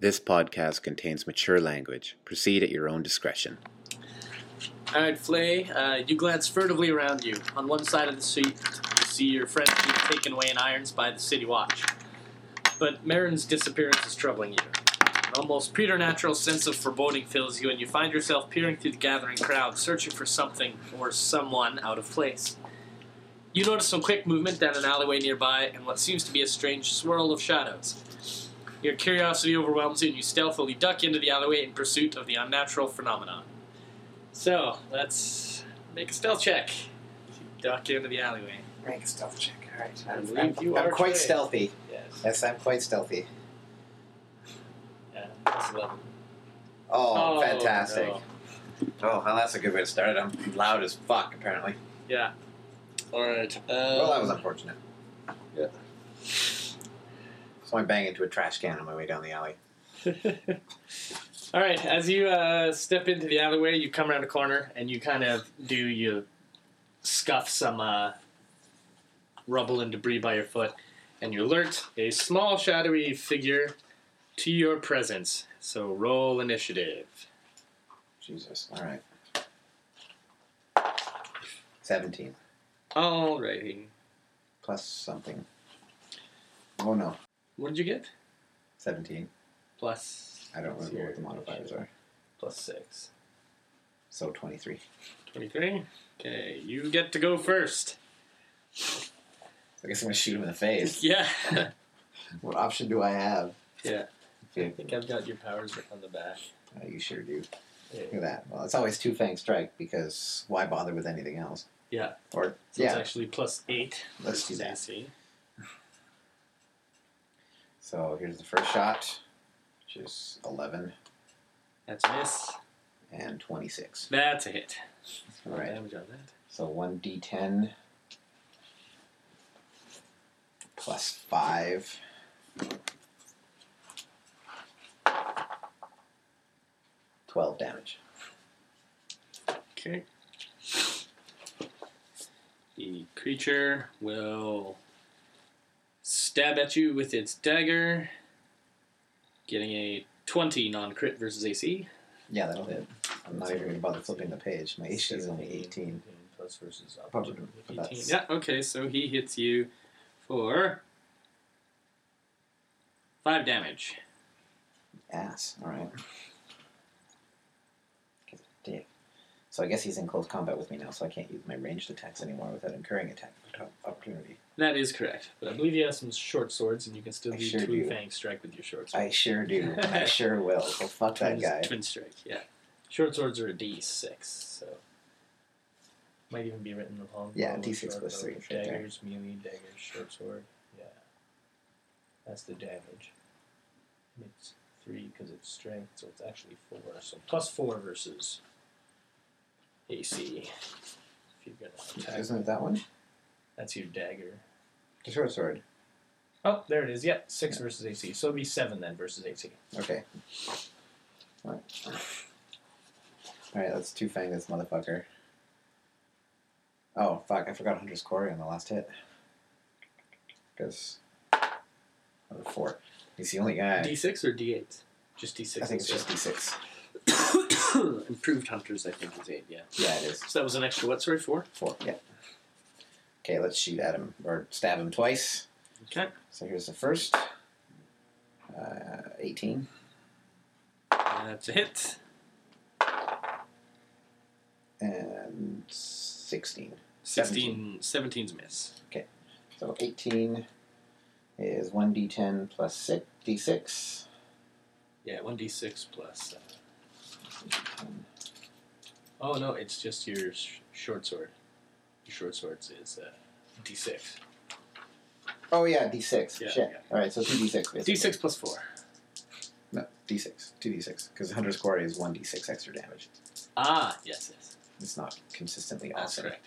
This podcast contains mature language. Proceed at your own discretion. All right, Flay, uh, you glance furtively around you. On one side of the street, you see your friends being taken away in irons by the city watch. But Marin's disappearance is troubling you. An almost preternatural sense of foreboding fills you, and you find yourself peering through the gathering crowd, searching for something or someone out of place. You notice some quick movement down an alleyway nearby and what seems to be a strange swirl of shadows. Your curiosity overwhelms you, and you stealthily duck into the alleyway in pursuit of the unnatural phenomenon. So let's make a stealth check. Duck into the alleyway. Make a stealth check. All right. I I'm, believe I'm- you I'm are quite trained. stealthy. Yes. Yes, I'm quite stealthy. Yeah, that's eleven. Oh, fantastic. no. Oh, well, that's a good way to start it. I'm loud as fuck, apparently. Yeah. All right. Um, well, that was unfortunate. yeah. So I bang into a trash can on my way down the alley. All right. As you uh, step into the alleyway, you come around a corner and you kind of do you scuff some uh, rubble and debris by your foot, and you alert a small shadowy figure to your presence. So roll initiative. Jesus. All right. 17. Alrighty. Plus something. Oh, no. What did you get? 17. Plus. I don't remember what the modifiers are. Plus six. So 23. 23. Okay, you get to go first. I guess I'm going to shoot him in the face. Yeah. what option do I have? yeah. I Okay. think I've got your powers written on the back. Uh, you sure do. Look at that. Well, it's always two fang strike because why bother with anything else? Yeah. Or So it's yeah, actually plus eight. let's do versus that. AC. So here's the first shot, which is 11 That's a miss. and 26. That's a hit. All right. Damage on that. So 1d10 plus 5. Twelve damage. Okay. The creature will stab at you with its dagger, getting a 20 non crit versus AC. Yeah, that'll hit. I'm not even gonna bother flipping the page. My AC is only 18. Plus versus up Probably, to but that's- Yeah, okay, so he hits you for five damage. ass. All right. He's a dick. So I guess he's in close combat with me now, so I can't use my ranged attacks anymore without incurring attack of opportunity. That is correct. But I believe you have some short swords and you can still I do sure two do. fang strike with your short sword. I sure do. and I sure will. So fuck that Twin- guy. Twin strike, yeah. Short swords are a D six, so might even be written along. Yeah, along with D6 short plus sword. three, right there. Daggers, melee, daggers, short sword. Yeah, that's the damage. And It's three because it's strength, so it's actually four. So plus four versus AC. If you're gonna attack, Isn't it that one? that's your dagger. The short sword. Oh, there it is. Yep, six versus AC. So it'll be seven then versus AC. Okay. All right. All right. Let's two fang this motherfucker. Oh fuck! I forgot Hunter's Quarry on the last hit. Because another four. He's the only guy. D six or D eight? Just D six. I think it's just d6. Improved hunters, I think, is eight. Yeah. Yeah, it is. So that was an extra what? Sorry, four. Four. Yeah. Okay, let's shoot at him or stab him twice. Okay. So here's the first. Uh, 18 That's a hit. and 16. 16, 17's miss. So 18 is 1d10 plus 6, d6. Yeah, one d six plus. Uh, oh no, it's just your sh- short sword. Your short swords is uh, d six. Oh, yeah, d6. Yeah, Shit. yeah. All right, so 2d6 basically. D six plus four. No, d6. 2d6. Because Hunter's Quarry is 1d6 extra damage. Ah, yes, yes, It's not consistently that's awesome. correct.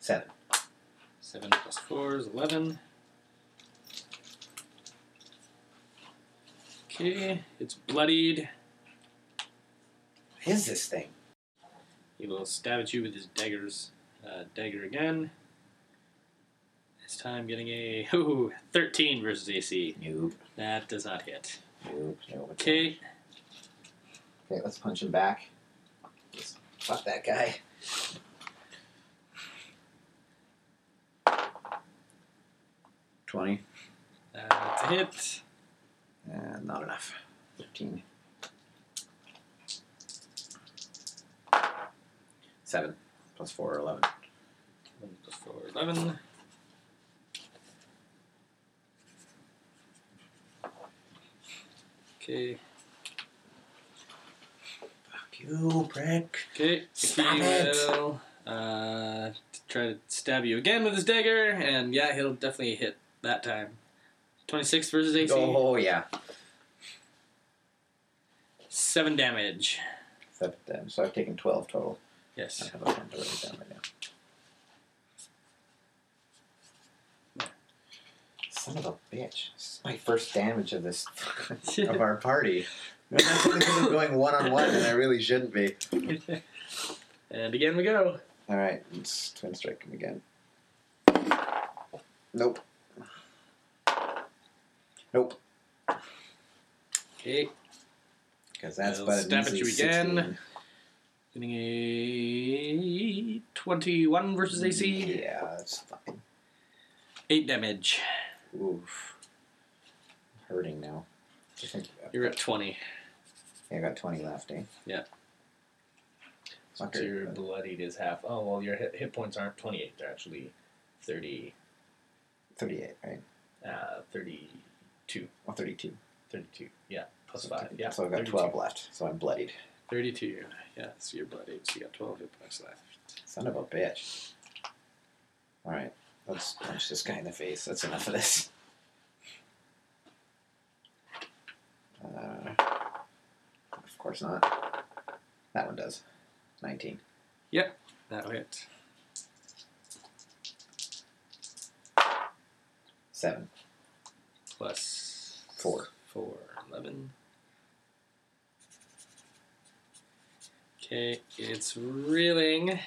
7. Seven plus four is eleven. Okay, it's bloodied. What is this thing? He will stab at you with his daggers. Uh, dagger again. This time getting a ooh, 13 versus AC. Noob. That does not hit. Nope, nope. Okay. Okay, let's punch him back. Just fuck that guy. Twenty. Uh, to hit. Uh, not enough. Fifteen. Seven. Plus four or eleven. One plus four, 11. Okay. Fuck you, prick. Okay. Stop he it. will uh, try to stab you again with his dagger, and yeah, he'll definitely hit that time. 26 versus AC. Oh yeah. 7 damage. Seven damage. So I've taken twelve total. I Yes. have a pen to write it down right now. Son of a bitch! This is my first damage of this of our party. I'm going one on one, and I really shouldn't be. and again we go. All right, let's twin strike him again. Nope. Nope. Okay. Because that's I'll but stab at easy you again. 16. Getting a 21 versus AC. Yeah, that's fine. 8 damage. Oof. I'm hurting now. I think You're at 20. I got twenty left, eh? Yeah. Fucker. Your bloodied is half. Oh well, your hit, hit points aren't twenty eight. They're actually thirty, 38, right? uh, 30, Well, 32. 32. Yeah, plus five. Yeah, So I've got 32. 12 left. So I'm bloodied. 32. Yeah, so you're bloody. So you got 12 hit points left. Son of a bitch. All right. Let's punch this guy in the face. That's enough of this. Uh, of course not. That one does. 19. That'll hit. 7. Plus Four. 4. 11. Okay, it's reeling.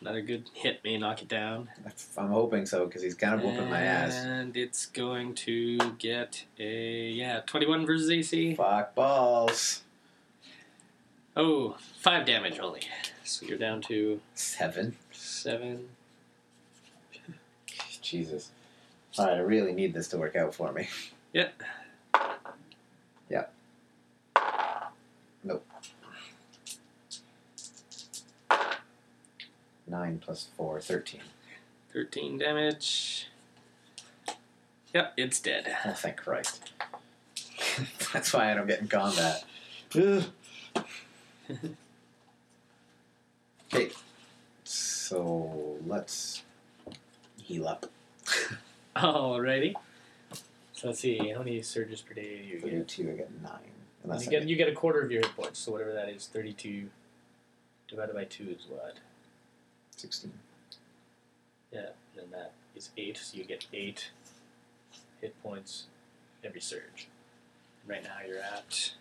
Another good hit may knock it down. I'm hoping so because he's kind of whooping my ass. And it's going to get a, yeah, 21 versus AC. Fuck balls. Oh, 5 damage only. So you're down to 7. 7. Jesus. All right. I really need this to work out for me. Yeah, Nope. Nine plus four, thirteen. 13 damage. Yep, it's dead. Oh, thank Christ. That's why I don't get in combat. okay, so let's heal up. Alrighty. So let's see, how many surges per day do you If I get? do two, I get nine. Unless you I get you get a quarter of your hit points. So whatever that is, thirty two divided by two is what? sixteen. Yeah, and that is eight. So you get eight hit points every surge. Right now you're at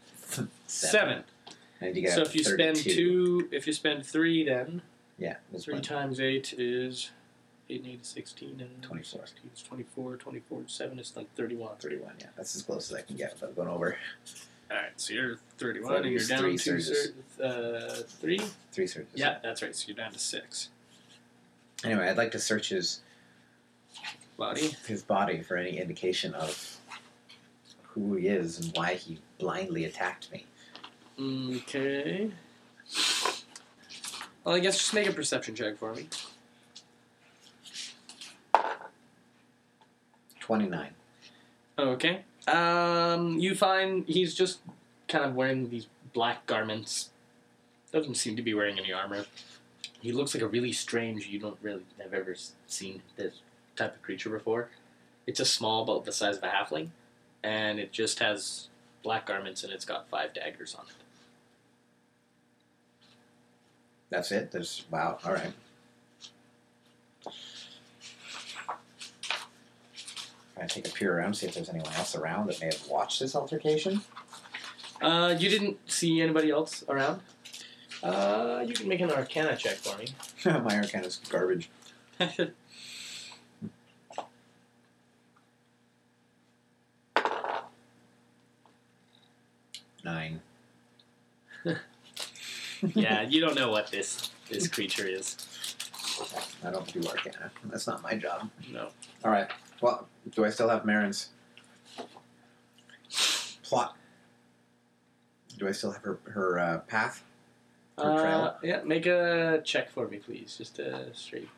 Seven. And you get so if you 32. spend two, if you spend three, then yeah, that's three one. times eight is eight and eight is sixteen and 24. 16 is twenty-four. Twenty-four and seven is like thirty-one. thirty-one. Yeah, that's as close as I can get without going over All right, so you're thirty-one, So and you're use down three to surges. cer- uh, three. three surges. Yeah, that's right. So you're down to six. Anyway, I'd like to search his Body. his body for any indication of who he is and why he blindly attacked me. Okay. Well, I guess just make a perception check for me. 29. Okay. Um, you find he's just kind of wearing these black garments. Doesn't seem to be wearing any armor. He looks like a really strange. You don't really have ever s- seen this type of creature before. It's a small, about the size of a halfling, and it just has black garments and it's got five daggers on it. That's it? There's. Wow, alright. I take a peer around, see if there's anyone else around that may have watched this altercation. Uh, you didn't see anybody else around. uh you can make an arcana check for me. My arcana's garbage. Nine. yeah, you don't know what this this creature is. I don't do Arcana. That's not my job. No. All right. Well, do I still have Marin's plot? Do I still have her her uh, path? Or trail? Uh, yeah, make a check for me, please. Just a straight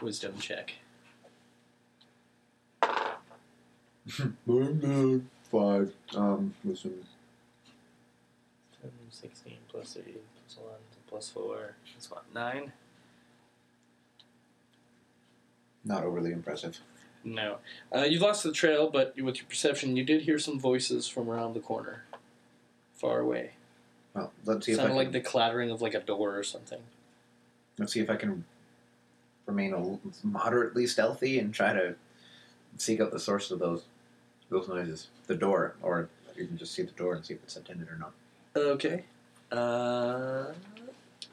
wisdom check. uh, Five. Um, listen. 10, 16 plus 3 plus 1 plus 4. That's what, 9? Not overly impressive. No. Uh, you lost the trail, but with your perception, you did hear some voices from around the corner. Far away. Well, let's see if I Sounded can, like the clattering of like a door or something. let's see if I can remain a l moderately stealthy and try to seek out the source of those those noises. The door, or you can just see the door and see if it's attended or not. Okay. Uh,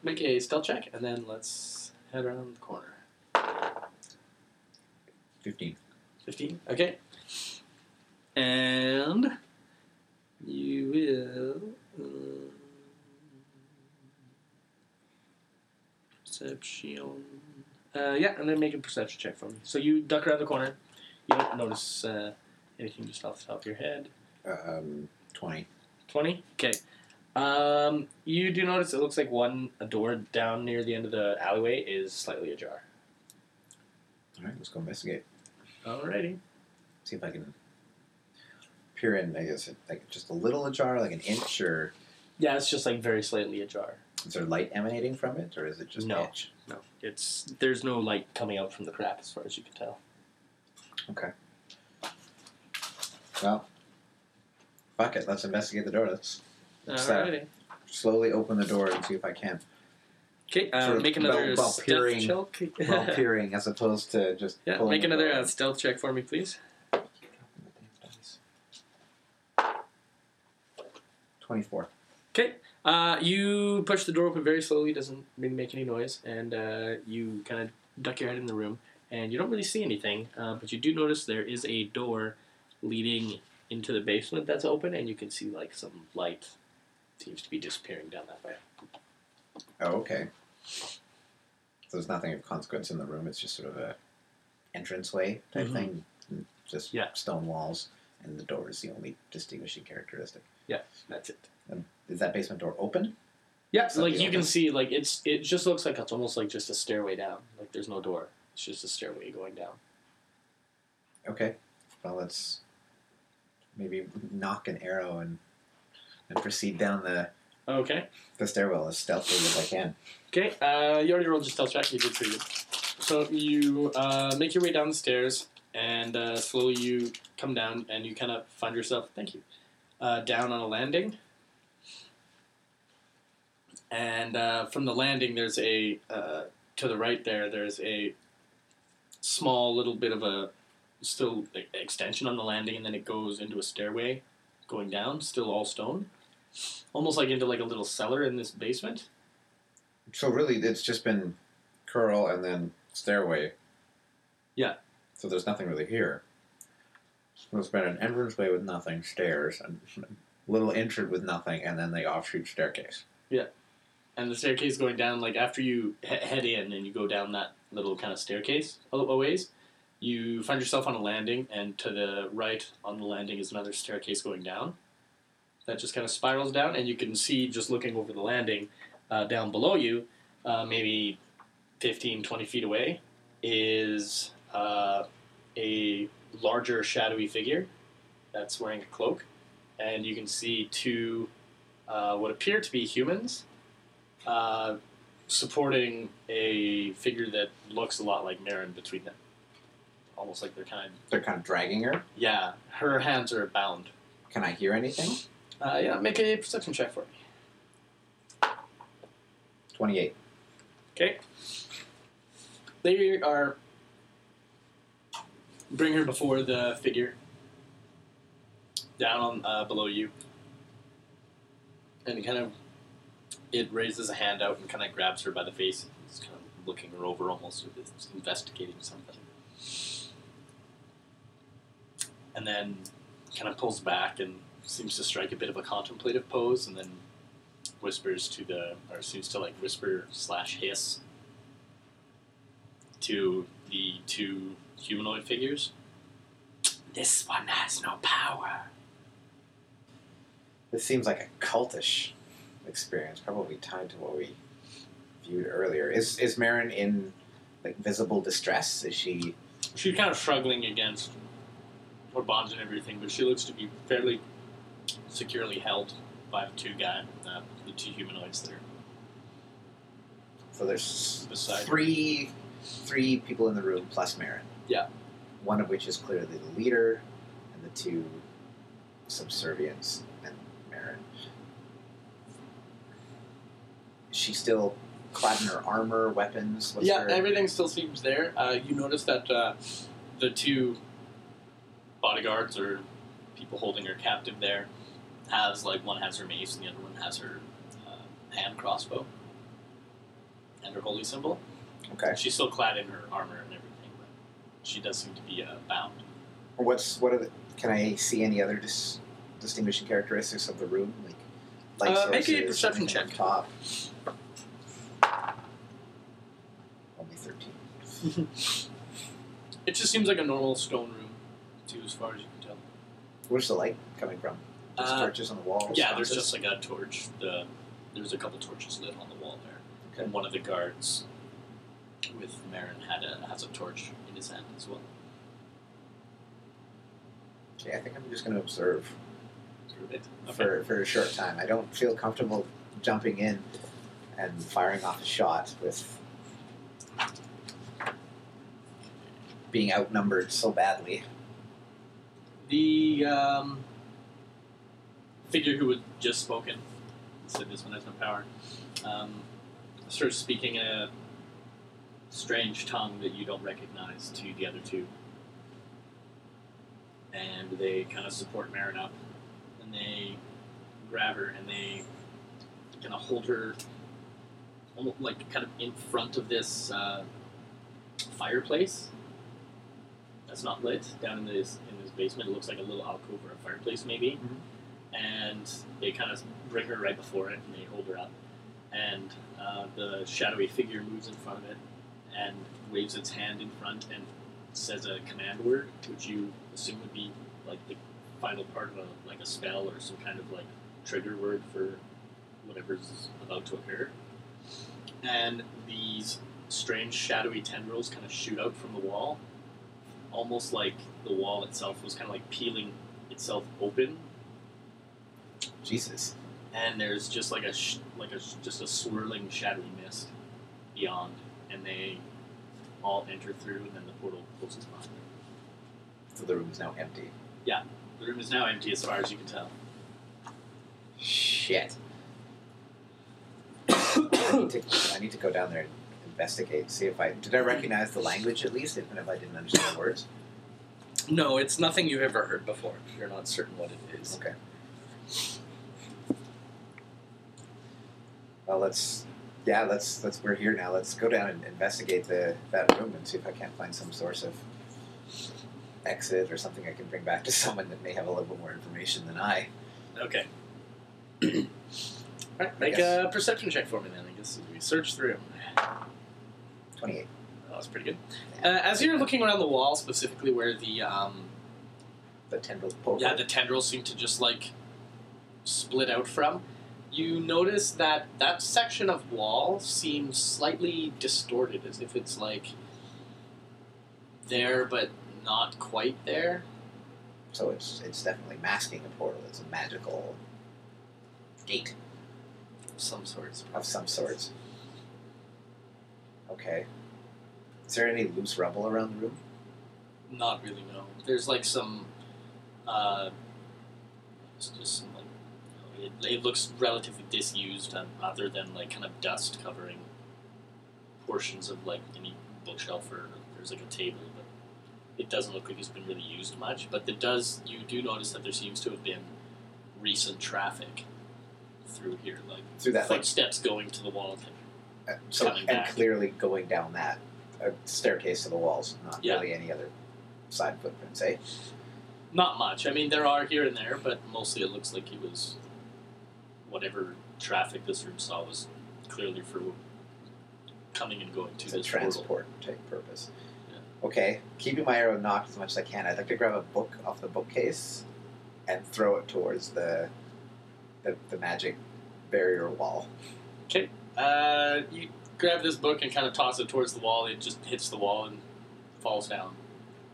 make a stealth check, and then let's head around the corner. Fifteen. 15. Okay. And you will. Uh, perception. Uh, yeah, and then make a perception check for me. So you duck around the corner. You don't notice uh, anything just off the top of your head. Um, twenty. 20? Okay. Um, you do notice it looks like one a door down near the end of the alleyway is slightly ajar. All right, let's go investigate. Alrighty. See if I can peer in. I guess like just a little ajar, like an inch, or Yeah, it's just like very slightly ajar. is there light emanating from it, or is it just No. edge? No, it's there's no light coming out from the crack as far as you can tell. Well, fuck it. Let's investigate the door. Let's What's that? Alrighty. slowly open the door and see if I can. Okay, uh, Sort of make another while- while stealth peering- check. While peering, as opposed to just yeah, pulling make the another door. uh, stealth check for me, please. Twenty-four. Uh, you push the door open very slowly, doesn't really make any noise, and uh, you kind of duck your head in the room, and you don't really see anything, uh, but you do notice there is a door leading into the basement that's open, and you can see like some light seems to be disappearing down that way. Oh, okay. So there's nothing of consequence in the room. It's just sort of a entranceway type Mhm. thing. Mm, Just Yeah. stone walls, and the door is the only distinguishing characteristic. That's it. Is that basement door open? Yeah, It's like like the you can open- see, like it's it just looks like it's almost like just a stairway down. Like there's no door. It's just a stairway going down. Okay. Well, let's maybe knock an arrow and and proceed down the, Okay. the stairwell as stealthily as I can. Okay. Uh, you already rolled your stealth check. You did pretty good. So you uh, make your way down the stairs, and uh, slowly you come down, and you kind of find yourself. Thank you. Uh, down on a landing. And uh, from the landing, there's a uh, to the right there. There's a small little bit of a still e- extension on the landing, and then it goes into a stairway going down, still all stone, almost like into like a little cellar in this basement. So really, it's just been curl and then stairway. Yeah. So there's nothing really here. There's been an entranceway with nothing, stairs, and little entrance with nothing, and then the offshoot staircase. and the staircase going down like after you he- head in and you go down that little kind of staircase a, a ways you find yourself on a landing and to the right on the landing is another staircase going down that just kind of spirals down and you can see just looking over the landing uh, down below you uh, maybe 15 20 feet away is uh, a larger shadowy figure that's wearing a cloak and you can see two uh, what appear to be humans uh, supporting a figure that looks a lot like Marin between them. Almost like they're kind of. They're kind of dragging her. Yeah, her hands are bound. Can I hear anything? Uh, yeah, make a perception check for me. Twenty-eight. Okay. They are. Bring her before the figure. Down on uh, below you. And kind of. It raises a hand out and kind of grabs her by the face. It's kind of looking her over almost, as if it's investigating something. And then kind of pulls back and seems to strike a bit of a contemplative pose, and then whispers to the, or seems to like whisper slash hiss to the two humanoid figures. This one has no power. This seems like a cultish experience, probably tied to what we viewed earlier. Is is Marin in like visible distress? Is she? She's kind of struggling against her bonds and everything, but she looks to be fairly securely held by the two guy, uh, the two humanoids that are So there's Beside her. three three people in the room plus Marin. Yeah. One of which is clearly the leader, and the two subservients and Marin. Is she still clad in her armor, weapons? What's yeah, her- everything still seems there. Uh, you notice that uh, the two bodyguards or people holding her captive there has like one has her mace and the other one has her uh, hand crossbow and her holy symbol. Okay. She's still clad in her armor and everything, but she does seem to be uh, bound. What's what are the? Can I see any other dis, distinguishing characteristics of the room? Like light Uh, make a sources, perception anything on check. Top. Only thirteen. It just seems like a normal stone room, too, as far as you can tell. Where's the light coming from? Just Uh, torches on the walls. Yeah, there's sconces? just like a torch. The there's a couple torches lit on the wall there, Okay. and one of the guards with Marin had a has a torch in his hand as well. Okay, I think I'm just going to observe Sort of it. Okay. for, for a short time. I don't feel comfortable jumping in and firing off a shot with being outnumbered so badly. The um, figure who had just spoken said this one has no power. Um, starts speaking in a strange tongue that you don't recognize to the other two, and they kind of support Marin up, and they grab her and they kind of hold her, almost like kind of in front of this uh, fireplace that's not lit down in this in this basement. It looks like a little alcove or a fireplace maybe. And they kind of bring her right before it and they hold her up. And uh, the shadowy figure moves in front of it and waves its hand in front and says a command word, which you assume would be like the final part of a, like a spell or some kind of like trigger word for whatever's about to occur. And these strange shadowy tendrils kind of shoot out from the wall almost like the wall itself was kind of like peeling itself open, Jesus. and there's just like a sh- like a sh- just a swirling shadowy mist beyond, and they all enter through, and then the portal closes behind them. So the room is now empty. The room is now empty as far as you can tell. Shit. I, need to, I need to go down there and investigate. See if I did I recognize the language at least, even if I didn't understand the words. No, it's nothing you've ever heard before. You're not certain what it is. Okay. Well, let's. Yeah, let's let's. We're here now. Let's go down and investigate the that room and see if I can't find some source of exit or something I can bring back to someone that may have a little more information than I. Okay. All right, make guess. a perception check for me then. I guess as we search through. Twenty-eight. That was pretty good. Uh, as you're looking around the wall, specifically where the um, The tendril poke. yeah, the tendrils seem to just like split out from. You notice that that section of wall seems slightly distorted, as if it's like there but not quite there. So it's it's definitely masking a portal. It's a magical gate of Some sorts. of some sorts. Okay. Is there any loose rubble around the room? Not really. No. There's like some. Uh, it's just some, like you know, it, it looks relatively disused, um, other than like kind of dust covering portions of like any bookshelf or there's like a table, but it doesn't look like it's been really used much. But there does you do notice that there seems to have been recent traffic through here, like Through that like footsteps going to the wall. Uh, so Coming and back. clearly going down that uh, staircase to the walls, not Yeah. really any other side footprints. Eh? Not much. I mean, there are here and there, but mostly it looks like it was whatever traffic this room saw was clearly for coming and going to It's a this portal. transport type purpose. Yeah. Okay, keeping my arrow knocked as much as I can, I'd like to grab a book off the bookcase and throw it towards the the, the magic barrier wall. Uh, you grab this book and kind of toss it towards the wall. It just hits the wall and falls down.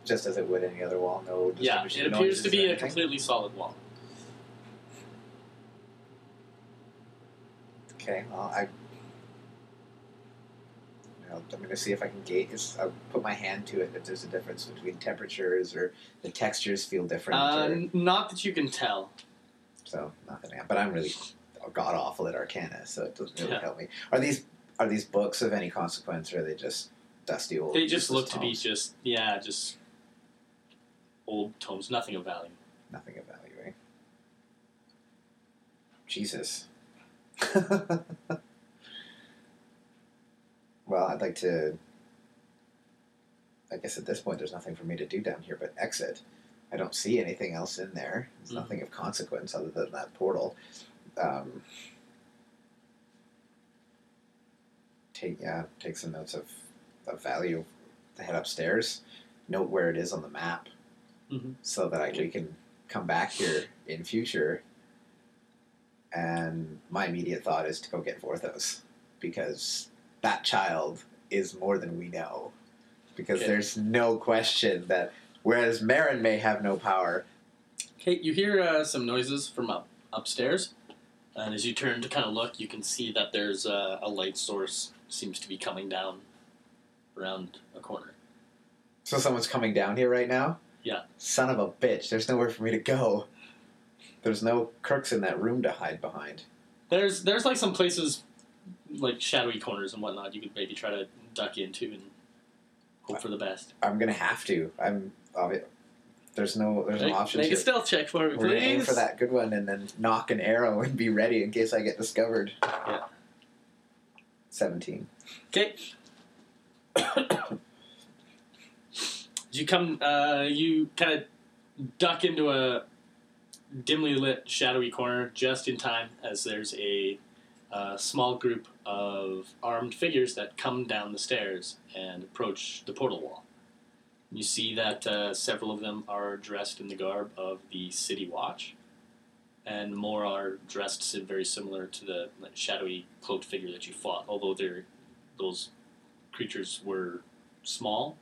Just as it would any other wall, no Yeah, it distinguishing appears to noises or be a anything. completely solid wall. Okay, well, I. you know, I'm going to see if I can gauge. I'll put my hand to it if there's a difference between temperatures or the textures feel different. Uh, or, n- not that you can tell. so nothing. But I'm really god awful at Arcana, so it doesn't really Yeah. help me. Are these are these books of any consequence, or are they just dusty old? They just look useless to be tomes? just yeah, just old tomes, nothing of value. nothing of value. eh? Jesus. well, I'd like to. I guess at this point, there's nothing for me to do down here but exit. I don't see anything else in there. There's Mhm. nothing of consequence other than that portal. Um, take yeah, take some notes of, of value. Head upstairs. Note where it is on the map, Mhm. so that I, we Okay. can come back here in future. And my immediate thought is to go get Vorthos because that child is more than we know. Because Okay. there's no question that whereas Marin may have no power, Okay, you hear uh, some noises from up upstairs, and as you turn to kind of look, you can see that there's uh, a light source seems to be coming down around a corner. So someone's coming down here right now? Yeah. Son of a bitch, there's nowhere for me to go. There's no crooks in that room to hide behind. There's there's like some places, like shadowy corners and whatnot, you could maybe try to duck into and Uh, hope for the best. I'm gonna have to. I'm obvi- there's no there's no Make- option Make here. a stealth check for me, We're gonna aim please. for that good one and then knock an arrow and be ready in case I get discovered. Yeah. Seventeen. Okay. you come, uh, you kind of duck into a dimly lit, shadowy corner just in time as there's a uh, small group of armed figures that come down the stairs and approach the portal wall. You see that uh, several of them are dressed in the garb of the City Watch, and more are dressed si- very similar to the like, shadowy cloaked figure that you fought, although they're those creatures were small.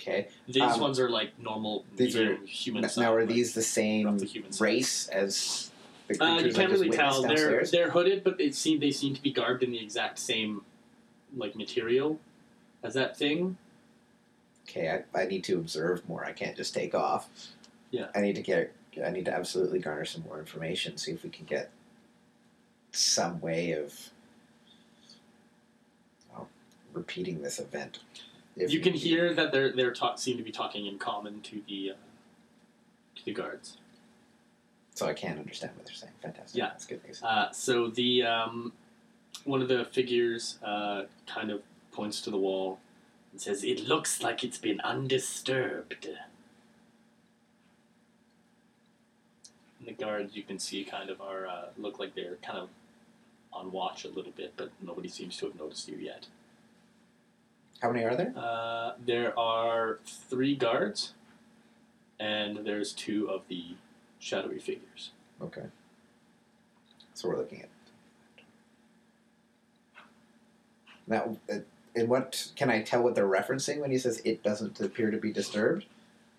Okay. These Um, ones are like normal these are- medium human size. now are but these the same not the human size. race as the Uh, creatures you I can't just really witnessed tell. They're downstairs? they're hooded, but they seem they seem to be garbed in the exact same like material as that thing. okay, I, I need to observe more. I can't just take off. Yeah. I need to get. I need to absolutely garner some more information. See if we can get some way of well, repeating this event. If you can need be. hear that they're they're talk, seem to be talking in common to the uh, to the guards. So I can understand what they're saying. Fantastic. Yeah. That's good news. Uh, so the um, one of the figures uh, kind of points to the wall and says, "It looks like it's been undisturbed." And the guards you can see kind of are uh, look like they're kind of on watch a little bit, but nobody seems to have noticed you yet. How many are there? Uh, there are three guards, and there's two of the shadowy figures. Okay. So we're looking at. Now, uh, and what can I tell what they're referencing when he says it doesn't appear to be disturbed?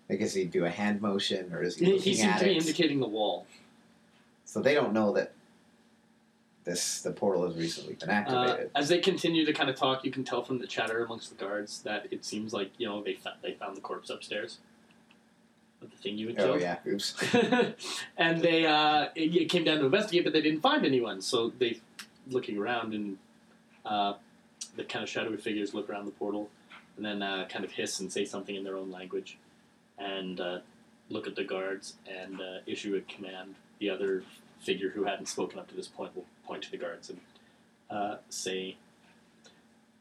Like, is he do a hand motion or is he He, looking he seems at to be it? indicating the wall. so they don't know that this the portal has recently been Uh, activated. as they continue to kind of talk, you can tell from the chatter amongst the guards that it seems like you know they fa- they found the corpse upstairs of the thing you had oh killed. yeah, oops. and they uh, it, it came down to investigate, but they didn't find anyone. So they looking around and uh, the kind of shadowy figures look around the portal and then uh, kind of hiss and say something in their own language and uh, look at the guards and uh, issue a command. The other figure who hadn't spoken up to this point will point to the guards and uh, say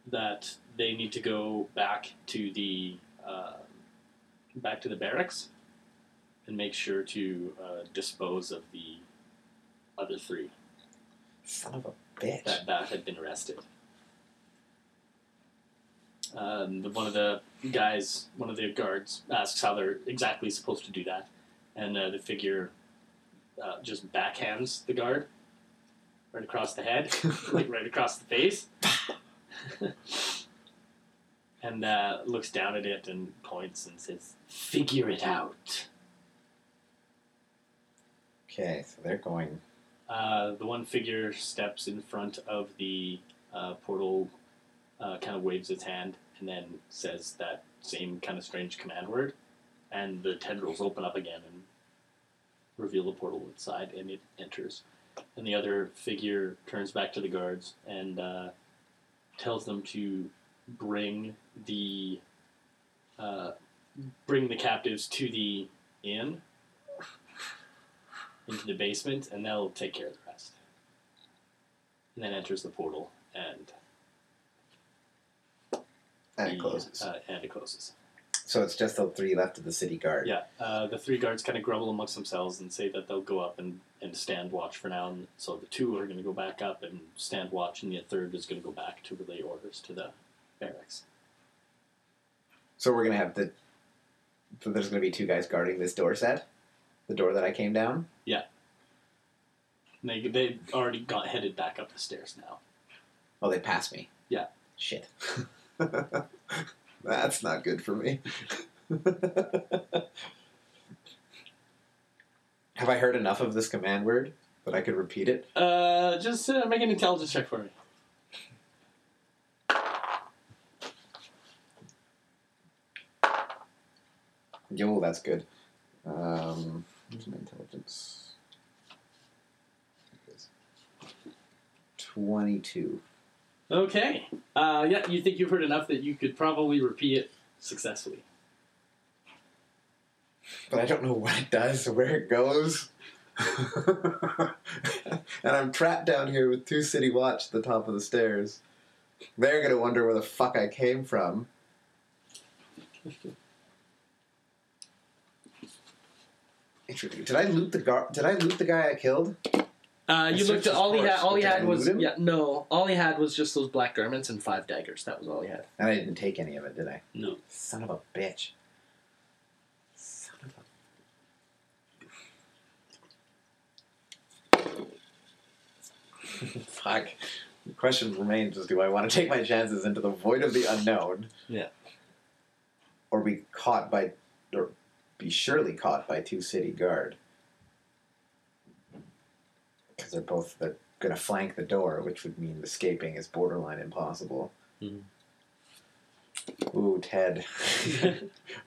that they need to go back to the uh, back to the barracks and make sure to uh, dispose of the other three Son of a bitch. that that had been arrested. Um, the, one of the guys, one of the guards, asks how they're exactly supposed to do that, and uh, the figure uh, just backhands the guard right across the head, like right across the face, and uh, looks down at it and points and says, "Figure it out." Okay, so they're going. Uh, the one figure steps in front of the uh, portal, uh, kind of waves its hand, and then says that same kind of strange command word, and the tendrils open up again and reveal the portal inside, and it enters. And the other figure turns back to the guards and uh, tells them to bring the uh, bring the captives to the inn into the basement, and they'll take care of the rest. And then enters the portal, and And it the- closes. Uh, and it closes. so it's just the three left of the city guard. Yeah, uh, the three guards kind of grumble amongst themselves and say that they'll go up and, and stand watch for now. And so the two are going to go back up and stand watch, and the third is going to go back to relay orders to the barracks. So we're gonna have the. So there's gonna be two guys guarding this door set, the door that I came down. And they they already got headed back up the stairs now. Well, Oh, they passed me. Yeah. Shit. That's not good for me. have I heard enough of this command word that I could repeat it? Uh, just uh, make an intelligence check for me. Yo, that's good. Um, where's my intelligence? There it is. Twenty-two. Okay. Uh, yeah, you think you've heard enough that you could probably repeat it successfully. But I don't know what it does or where it goes. and I'm trapped down here with two city watch at the top of the stairs. They're gonna wonder where the fuck I came from. Interesting. Did I loot the gar- Did I loot the guy I killed? Uh, you I looked searched at all he his had. purse, All he but had did I was loot him? yeah. No, all he had was just those black garments and five daggers. That was all he had. And I didn't take any of it, did I? No. Son of a bitch. Son of a. Fuck. The question remains is do I want to take my chances into the void of the unknown? Yeah. Or be caught by. or be surely caught by two city guard? Because they're both. they're going to flank the door, which would mean escaping is borderline impossible. Mhm. Ooh, Ted.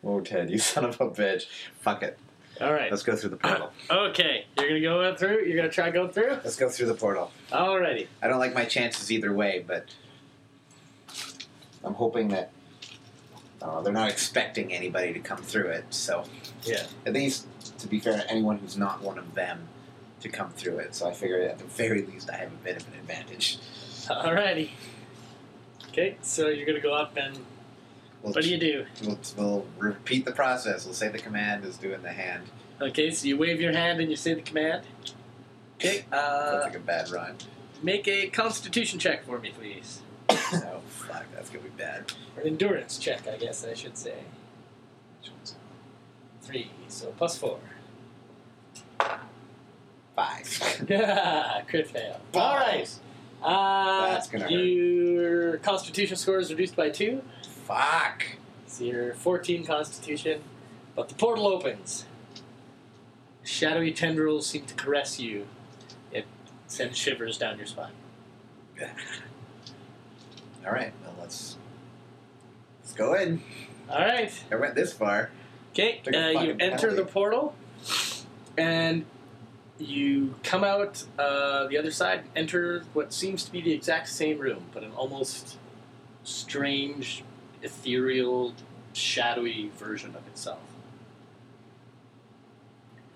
Whoa, Ted, you son of a bitch. Fuck it. all right. Let's go through the portal. Okay. You're gonna go up through. You're gonna try go through. Let's go through the portal. Alrighty. I don't like my chances either way, but I'm hoping that I don't know, they're not expecting anybody to come through it. So Yeah. at least to be fair to anyone who's not one of them to come through it. So I figure at the very least I have a bit of an advantage. Alrighty. Okay. So you're gonna go up and We'll, what do you do? we'll, we'll repeat the process. We'll say the command is doing the hand. Okay. So you wave your hand and you say the command. Okay. That's Uh, like a bad rhyme. make a Constitution check for me, please. so fuck, that's gonna be bad. Or an endurance check, I guess I should say. Three, so plus four. Five. Yeah, crit fail. All right. Balls. Uh, That's gonna hurt. your Constitution score is reduced by two. Fuck. So you're 14 Constitution, but the portal opens. Shadowy tendrils seem to caress you. It sends shivers down your spine. All right, well let's let's go in. All right. I went this far. Okay. Take a Uh, you fucking enter penalty. the portal, and you come out uh, the other side. Enter what seems to be the exact same room, but an almost strange, ethereal, shadowy version of itself.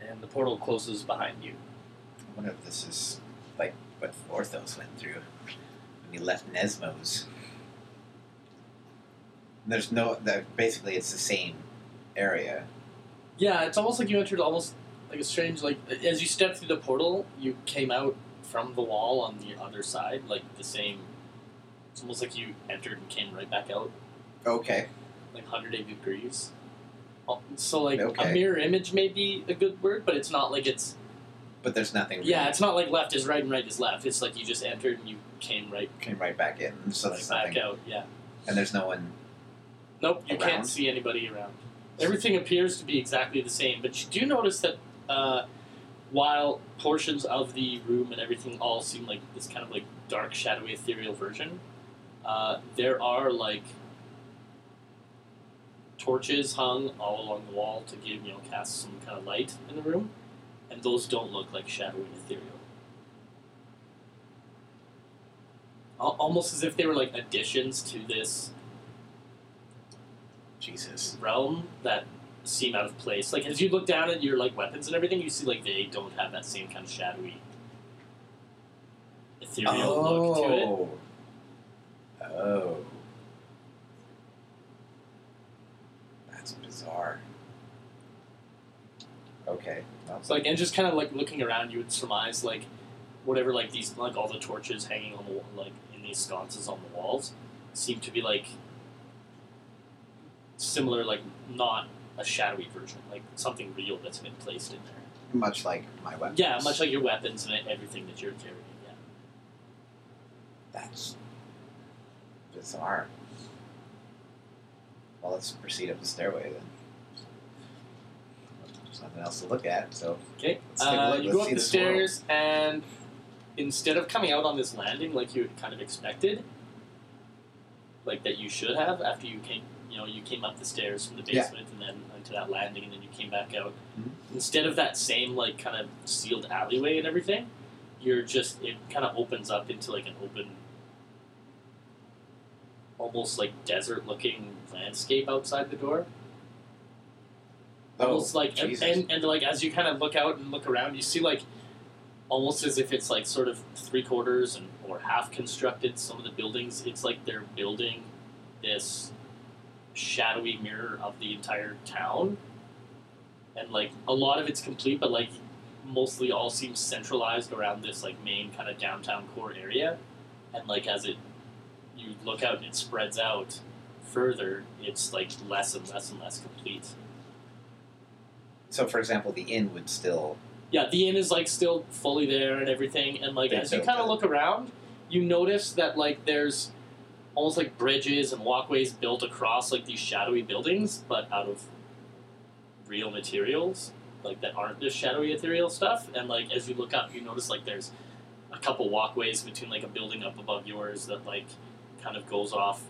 And the portal closes behind you. I wonder if this is like what Orthos went through when he left Nesmos. There's no. That basically, it's the same area. Yeah, it's almost like you entered almost like a strange like as you stepped through the portal, you came out from the wall on the other side, like the same. It's almost like you entered and came right back out, Okay. like 180 degrees. Oh, So like Okay. a mirror image may be a good word, but it's not like it's But there's nothing. yeah, it's not like left is right and right is left. It's like you just entered and you came right Came right back in. So right there's back nothing. out. Yeah. And there's no one. Nope, you Around? can't see anybody around. Everything appears to be exactly the same, but you do notice that uh, while portions of the room and everything all seem like this kind of like dark, shadowy, ethereal version, uh, there are like torches hung all along the wall to give you know cast some kind of light in the room, and those don't look like shadowy and ethereal. Al- Almost as if they were like additions to this Jesus. realm that seem out of place. Like as you look down at your like weapons and everything, you see like they don't have that same kind of shadowy ethereal look to it. Oh. Oh. That's bizarre. Okay. Well, So like and just kind of like looking around, you would surmise like whatever like these like all the torches hanging on the wall, like in these sconces on the walls seem to be like similar, like not a shadowy version, like something real that's been placed in there. much like my weapons. Yeah, much like your weapons and everything that you're carrying. Yeah. That's bizarre. Well, let's proceed up the stairway then. There's nothing else to look at, so Okay. Let's take a uh, look. you Let's go up see the this world. stairs, and instead of coming out on this landing like you kind of expected, like that you should have after you came, you know, you came up the stairs from the Yeah. basement and then onto that landing, and then you came back out. Mhm. Instead of that same like kind of sealed alleyway and everything, you're just it kind of opens up into like an open. Almost like desert-looking landscape outside the door almost like and, Oh, Jesus. and and like as you kind of look out and look around, you see like almost as if it's like sort of three quarters and or half constructed. Some of the buildings, it's like they're building this shadowy mirror of the entire town, and like a lot of it's complete, but like mostly all seems centralized around this like main kind of downtown core area, and like as it you look out and it spreads out further, it's like less and less and less complete. so for example, the inn would still yeah, the inn is like still fully there and everything. And like They as you built kind of it. look around, you notice that like there's almost like bridges and walkways built across like these shadowy buildings, but out of real materials, like that aren't this shadowy ethereal stuff. And like as you look up, you notice like there's a couple walkways between like a building up above yours that like kind of goes off,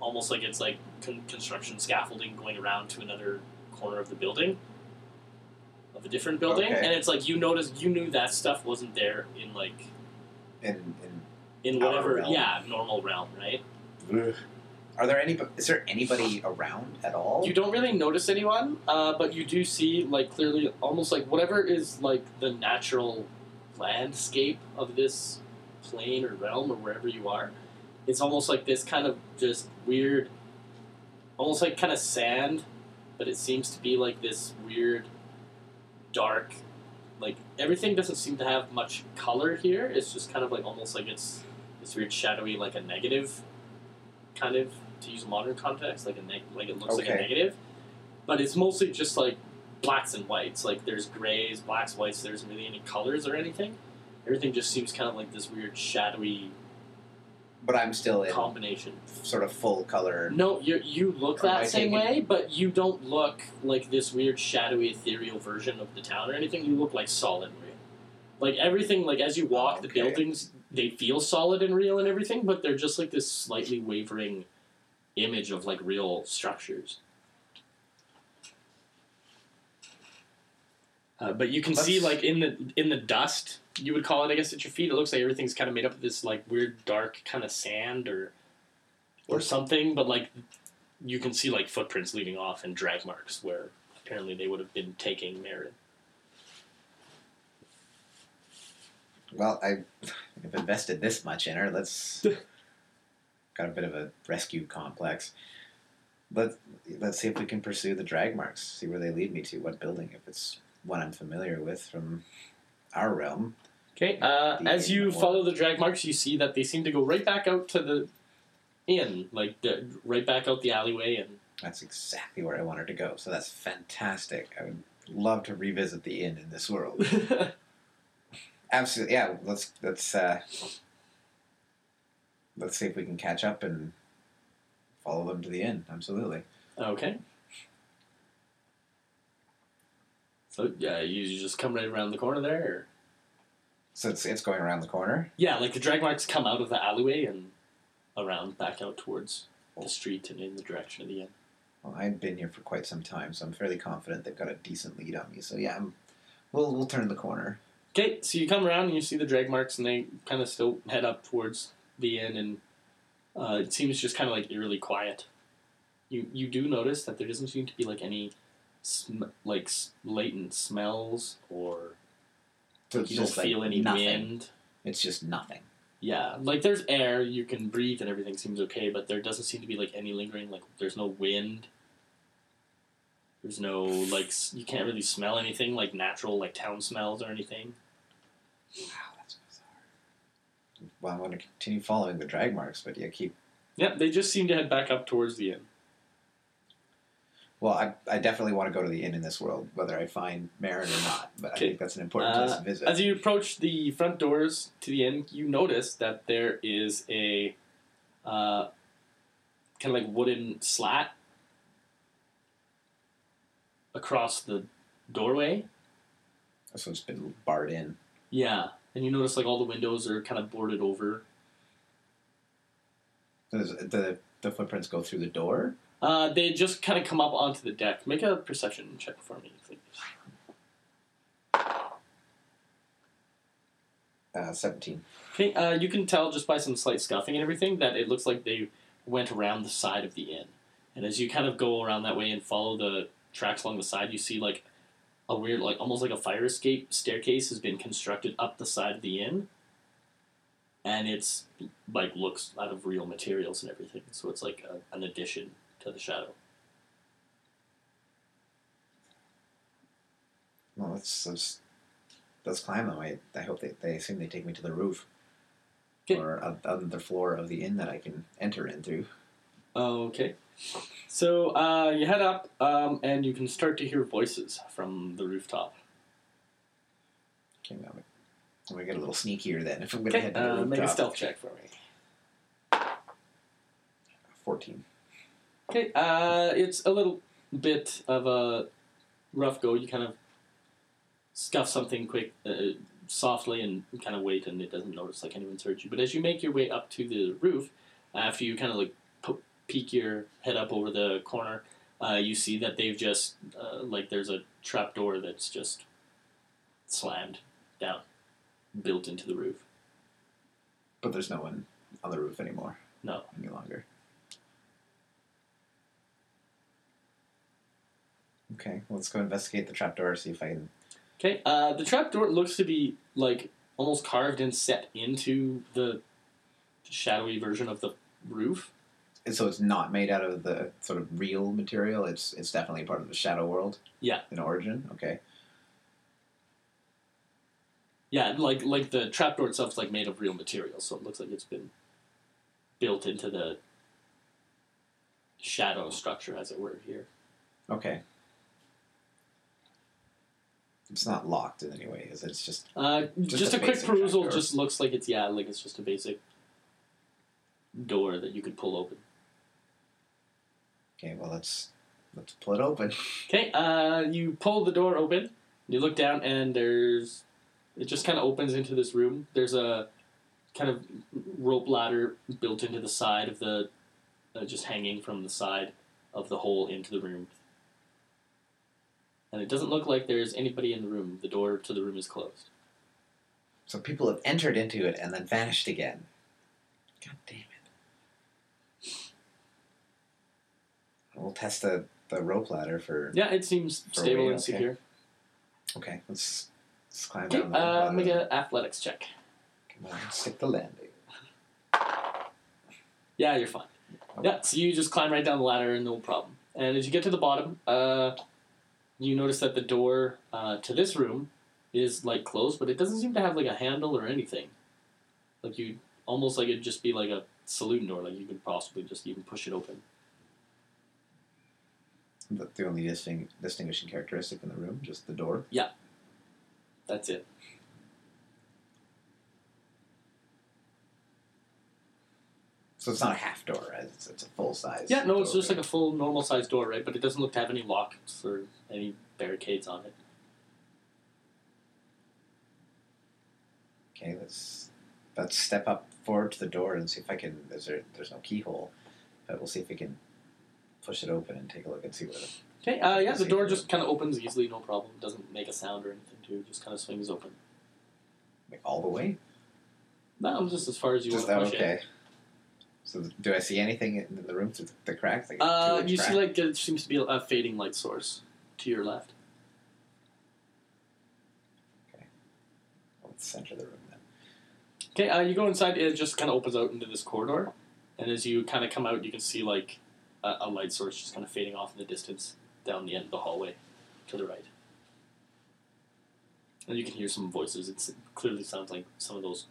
almost like it's like con- construction scaffolding going around to another corner of the building. Of a different building, Okay. and it's like you noticed you knew that stuff wasn't there in like in, in Outer whatever realm. yeah normal realm, right? in Are there any is there anybody around at all? You don't really notice anyone, uh, but you do see like clearly almost like whatever is like the natural landscape of this plane or realm or wherever you are. It's almost like this kind of just weird, almost like kind of sand, but it seems to be like this weird, dark, like everything doesn't seem to have much color here. It's just kind of like almost like it's this weird shadowy, like a negative, kind of to use modern context, like a neg- like it looks like a Okay. negative, but it's mostly just like blacks and whites. Like there's grays, blacks, whites. There isn't really any colors or anything. Everything just seems kind of like this weird shadowy but I'm still in combination. sort of full color. No, you you look Am I that same taking- way, but you don't look like this weird shadowy ethereal version of the town or anything. You look like solid real. Like everything, like as you walk, the Okay. buildings they feel solid and real and everything, but they're just like this slightly wavering image of like real structures. Uh, but you can see, Let's- like in the in the dust, you would call it, I guess, at your feet. It looks like everything's kind of made up of this like weird dark kind of sand or or something. But like you can see like footprints leading off and drag marks where apparently they would have been taking Merritt. Well, I have invested this much in her. Let's got a bit of a rescue complex. Let Let's see if we can pursue the drag marks. See where they lead me to. What building? If it's one I'm familiar with from our realm. Okay. Uh, The as inn you or- follow the drag marks, you see that they seem to go right back out to the inn, like the, right back out the alleyway, and That's exactly where I wanted to go. So that's fantastic. I would love to revisit the inn in this world. Absolutely. Yeah. Let's let's uh, let's see if we can catch up and follow them to the inn. Absolutely. okay. So yeah, you, you just come right around the corner there. Or? So it's it's going around the corner. Yeah, like the drag marks come out of the alleyway and around back out towards the street and in the direction of the inn. Well, I've been here for quite some time, so I'm fairly confident they've got a decent lead on me. So yeah, I'm, we'll we'll turn the corner. Okay, so you come around and you see the drag marks, and they kind of still head up towards the inn, and uh, it seems just kind of like eerily quiet. You you do notice that there doesn't seem to be like any sm- like s- latent smells, or So you don't feel any wind. It's just nothing. Yeah, like there's air, you can breathe, and everything seems okay, but there doesn't seem to be like any lingering. Like there's no wind. There's no like s- you can't really smell anything like natural like town smells or anything. Wow, that's bizarre. Well, I'm going to continue following the drag marks, but yeah, keep. Yep, they just seem to head back up towards the inn. Well, I, I definitely want to go to the inn in this world, whether I find Marin or not. But I Okay. Uh, think that's an important place to visit. As you approach the front doors to the inn, you notice that there is a uh, kind of like wooden slat across the doorway. so it's been barred in. Yeah, and you notice like all the windows are kind of boarded over. Does the the footprints go through the door? Uh, they just kind of come up onto the deck. Make a perception check for me, please. Uh, Seventeen. Okay, uh, you can tell just by some slight scuffing and everything that it looks like they went around the side of the inn. And as you kind of go around that way and follow the tracks along the side, you see like a weird, like almost like a fire escape staircase has been constructed up the side of the inn. And it's like looks out of real materials and everything. So it's like a, an addition to the shadow. Well, let's let's, let's climb them. I, I hope they, they assume they take me to the roof Okay. or o- other floor of the inn that I can enter in through. Okay. So uh, you head up um, and you can start to hear voices from the rooftop. Okay, now we- I'm gonna get a little sneakier then if I'm gonna Okay, head to the uh, rooftop. make a stealth check for me. Fourteen. Okay, uh, it's a little bit of a rough go. You kind of scuff something quick, uh, softly, and kind of wait, and it doesn't notice like anyone's heard you. But as you make your way up to the roof, after you kind of like po- peek your head up over the corner, uh, you see that they've just uh, like there's a trap door that's just slammed down, built into the roof. But there's no one on the roof anymore. No. Any longer. Okay, let's go investigate the trapdoor, see if I can. Okay, uh, the trapdoor looks to be like almost carved and set into the shadowy version of the roof. and So it's not made out of the sort of real material. It's it's definitely part of the shadow world. Yeah. In origin. Okay. Yeah, like like the trapdoor itself is like made of real material, so it looks like it's been built into the shadow structure, as it were. Here, Okay. It's not locked in any way. Is it? It's just uh, just, Just a a, quick basic perusal. trapdoor. Just looks like it's yeah, like it's just a basic door that you could pull open. okay. Well, let's let's pull it open. Okay, uh, you pull the door open. You look down, and there's. It just kind of opens into this room. There's a kind of rope ladder built into the side of the. Uh, just hanging from the side of the hole into the room. And it doesn't look like there's anybody in the room. The door to the room is closed. So people have entered into it and then vanished again. God damn it. We'll test the, the rope ladder for. Yeah, it seems For stable real, and okay. secure. Okay, let's, let's climb Okay, down the rope uh, ladder. make an athletics check. Come on, stick the landing. Yeah, you're fine. Yeah, so you just climb right down the ladder, no problem. And as you get to the bottom, uh, you notice that the door uh, to this room is like closed, but it doesn't seem to have like a handle or anything. Like you almost like it'd just be like a saloon door, like you could possibly just even push it open. The, the only disting, distinguishing characteristic in the room, just the door. That's it. So it's not a half door, right? It's, it's a full size. Yeah, no, it's just like a full normal sized door, right? But it doesn't look to have any locks or any barricades on it. Okay, let's let's step up forward to the door and see if I can. Is there, there's no keyhole, but we'll see if we can push it open and take a look and see what. It, Okay, uh, yeah, the door just kind of opens easily, no problem. Doesn't make a sound or anything, too. Just kind of swings open. like all the way. No, just as far as you Is want that to push it. okay? So th- do I see anything in in the room through the, the cracks? Like a Uh, two-inch you crack? see, like it seems to be a fading light source to your left. Well, it's the center of the room then. Okay, uh, you go inside. It just kind of opens out into this corridor, and as you kind of come out, you can see like a, a light source just kind of fading off in the distance down the end of the hallway to the right, and you can hear some voices. It's, it clearly sounds like some of those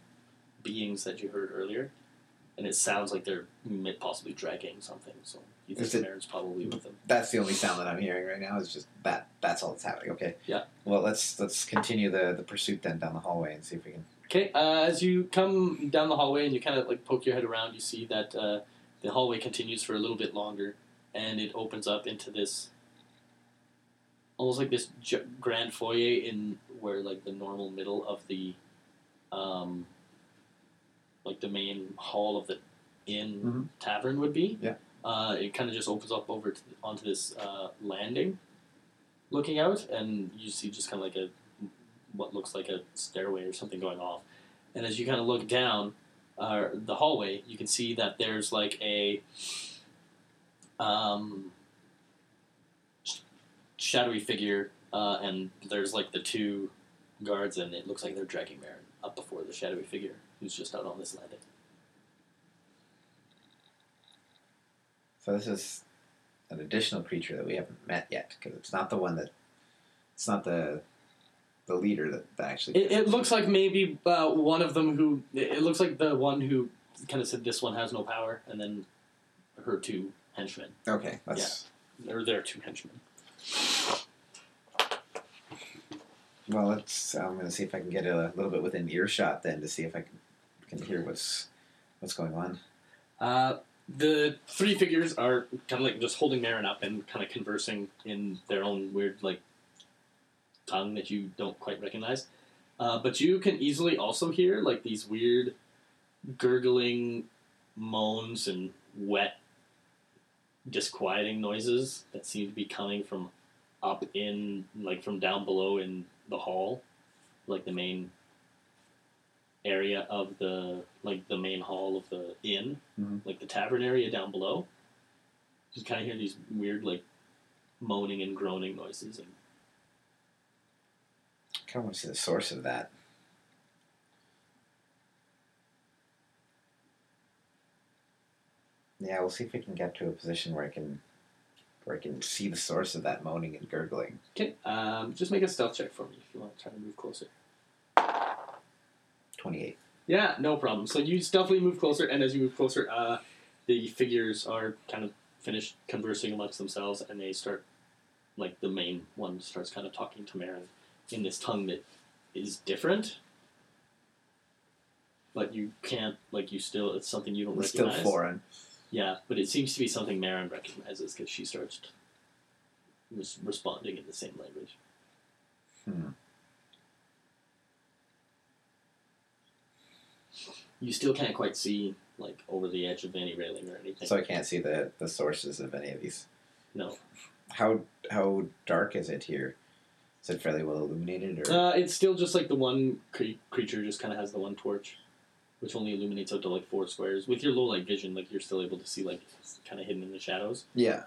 beings that you heard earlier, and it sounds like they're mi- possibly dragging something. So you think Is it- Marin's probably with them. That's the only sound that I'm hearing right now. Is just that. That's all that's happening. Okay. Yeah. Well, let's let's continue the the pursuit then down the hallway and see if we can. Okay, uh, as you come down the hallway and you kind of like poke your head around, you see that uh, the hallway continues for a little bit longer, and it opens up into this almost like this j- grand foyer in where like the normal middle of the um, like the main hall of the inn Mhm. tavern would be. Yeah. Uh, it kind of just opens up over to, onto this uh, landing, looking out, and you see just kind of like a what looks like a stairway or something going off. And as you kind of look down uh, the hallway, you can see that there's like a um, sh- shadowy figure, uh, and there's like the two guards, and it looks like they're dragging Marin up before the shadowy figure who's just out on this landing. So this is an additional creature that we haven't met yet because it's not the one that it's not the the leader that, that actually. It, it looks like maybe uh, one of them who it it looks like the one who kind of said this one has no power, and then her two henchmen, okay. Let's or their two henchmen. well. Let's. I'm going to see if I can get a little bit within earshot then to see if I can can hear what's what's going on. Uh, the three figures are kind of like just holding Marin up and kind of conversing in their own weird like tongue that you don't quite recognize. Uh, but you can easily also hear like these weird gurgling moans and wet, disquieting noises that seem to be coming from up in like from down below in the hall, like the main area of the like the main hall of the inn like the tavern area down below. You kind of hear these weird, like, moaning and groaning noises. And kind of want to see the source of that. Yeah, we'll see if we can get to a position where I can, where I can see the source of that moaning and gurgling. okay, um, just make a stealth check for me if you want to try to move closer. Twenty-eight. Yeah, no problem. So you stealthily move closer, and as you move closer, uh, the figures are kind of finished conversing amongst themselves, and they start, like, the main one starts kind of talking to Marin in this tongue that is different. But you can't, like, you still, it's something you don't It's still recognize. foreign. Yeah, but it seems to be something Marin recognizes because she starts res- responding in the same language. Hmm. You still can't quite see like over the edge of any railing or anything. So I can't see the, the sources of any of these. no, How how dark is it here? Is it fairly well illuminated, or uh, it's still just like the one cre- creature just kind of has the one torch, which only illuminates up to like four squares. With your low light vision, like you're still able to see like kind of hidden in the shadows. yeah,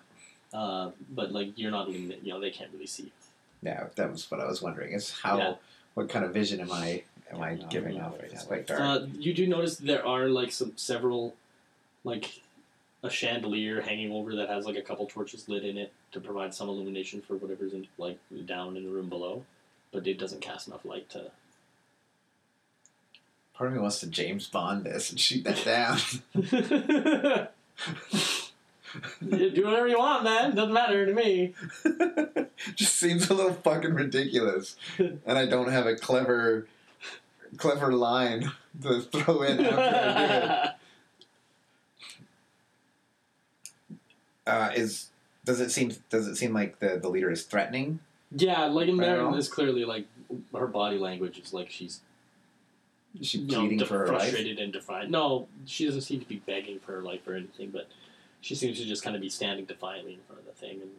Uh, but like you're not, illumin- you know, they can't really see. you. yeah. That was what I was wondering. Is how Yeah. what kind of vision am I am I Yeah, no, giving no, off right now? it's Like dark. Uh, you do notice there are like some several, like a chandelier hanging over that has like a couple torches lit in it to provide some illumination for whatever's in, like down in the room below, but it doesn't cast enough light to. Part of me wants to James Bond this and shoot that down. You Do whatever you want, man. Doesn't matter to me. Just seems a little fucking ridiculous, and I don't have a clever, clever line to throw in after I do it. Uh, is does it seem does it seem like the, the leader is threatening? yeah, like in Right there, on. is clearly like her body language is like she's Is she you know, pleading de- for her life? frustrated and defiant. No, she doesn't seem to be begging for her life or anything, but she seems to just kind of be standing defiantly in front of the thing. And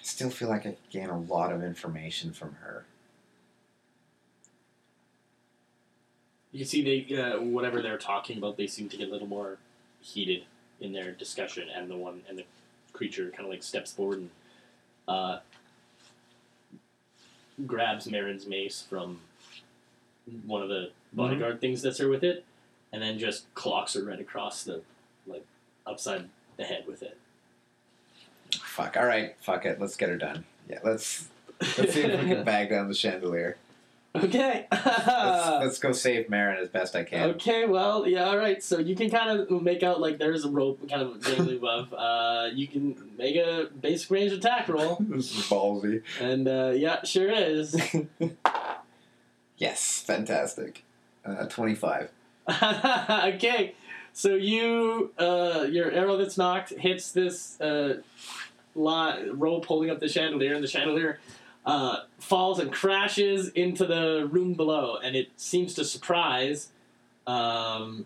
I still feel like I could gain a lot of information from her. you can see they uh, whatever they're talking about, they seem to get a little more heated in their discussion, and the one and the creature kind of like steps forward and uh, grabs Marin's mace from one of the Mm-hmm. bodyguard things that's her with it, and then just clocks her right across the like upside the head with it. Fuck. All right. Fuck it. Let's get her done. Yeah. Let's let's see if we can bag down the chandelier. Okay. Let's, let's go save Marin as best I can. Okay, well, yeah, all right. So you can kind of make out like there's a rope kind of dangling above. Uh, you can make a basic range attack roll, this is ballsy. and uh, yeah, sure is. Yes. Fantastic. Uh, Twenty five. okay, so you uh, your arrow that's knocked hits this uh, line, rope holding up the chandelier, and the chandelier uh, falls and crashes into the room below, and it seems to surprise um,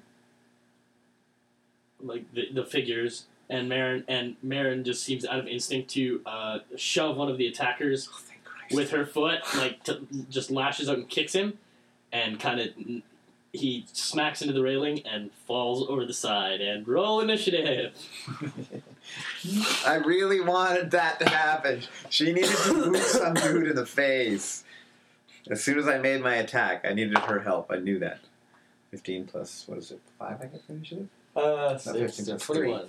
like the, the figures. And Marin and Marin just seems out of instinct to uh, shove one of the attackers Oh, thank Christ. with her foot, like to, just lashes out and kicks him, and kind of he smacks into the railing and falls over the side. And roll initiative. I really wanted that to happen. She needed to boot some dude in the face. As soon as I made my attack, I needed her help. I knew that. 15 plus, what is it, 5 I guess initiative? Uh, so it's a 21.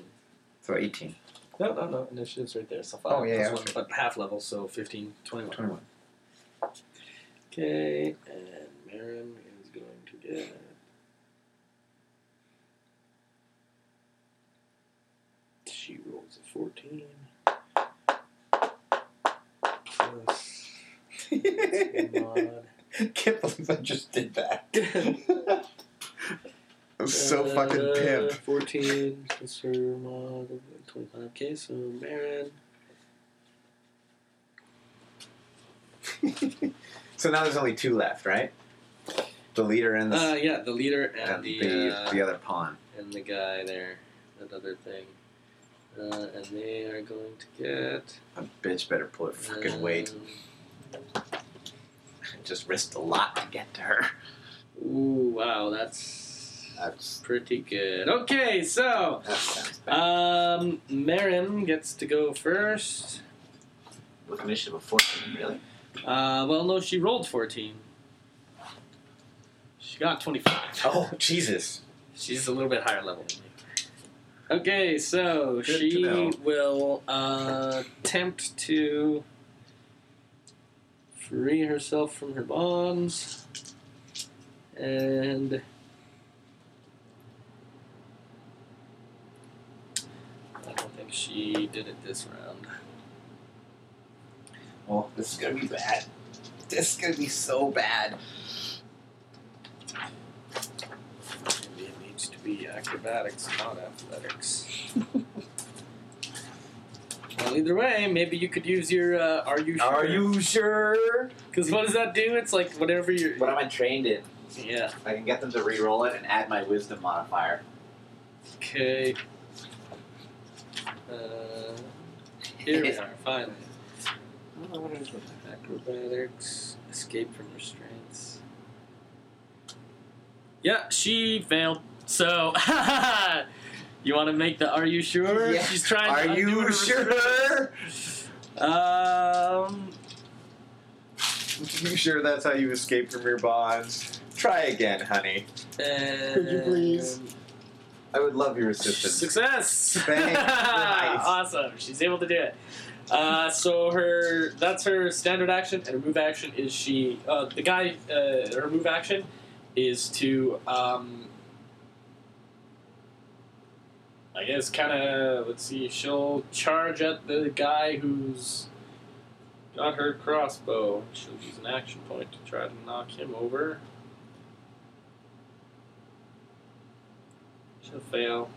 So 18. No, no, no. Initiative's right there. So five Oh, yeah, plus one, but half level, so 15, 21. 21. Okay, and Marin is going to get. She rolls a 14. Plus mod. Can't believe I just did that. I'm so fucking pimp. 14 uh, plus her mod, 25k, so Marin. So now there's only two left, right? The leader and the, Uh, yeah, the leader and, and the, the, the, uh, other pawn. and the guy there, that other thing. Uh, and they are going to get. A bitch better pull her fucking weight. um, Just risked a lot to get to her. Ooh, wow, that's That's, pretty good. Okay, so that sounds bad. um, Marin gets to go first. With initiative of 14, really? Uh, well, no, she rolled fourteen. She got twenty-five. Oh, Jesus. She's a little bit higher level than me. Okay, so to she know. will uh, attempt to free herself from her bonds and. I don't think she did it this round. Oh, this is gonna be bad. This is gonna be so bad. Maybe it needs to be acrobatics, not athletics. well, either way, maybe you could use your. Uh, are you? Are you sure? Because what does that do? It's like whatever you're. What am I trained in? Yeah. I can get them to re-roll it and add my wisdom modifier. Okay. Uh, here we are. Finally. Acrobatics, escape from restraints. Yeah, she failed. So, you want to make the "Are you sure?" Yeah. She's trying. to Are undo her you sure? restraints. Um. You sure that's how you escape from your bonds? Try again, honey. Could you please? I would love your assistance. Success! Thanks. Nice. awesome. She's able to do it. Uh, so her that's her standard action, and her move action is she uh, the guy. Uh, her move action is to um, I guess kind of let's see. She'll charge at the guy who's got her crossbow. She'll use an action point to try to knock him over. She'll fail.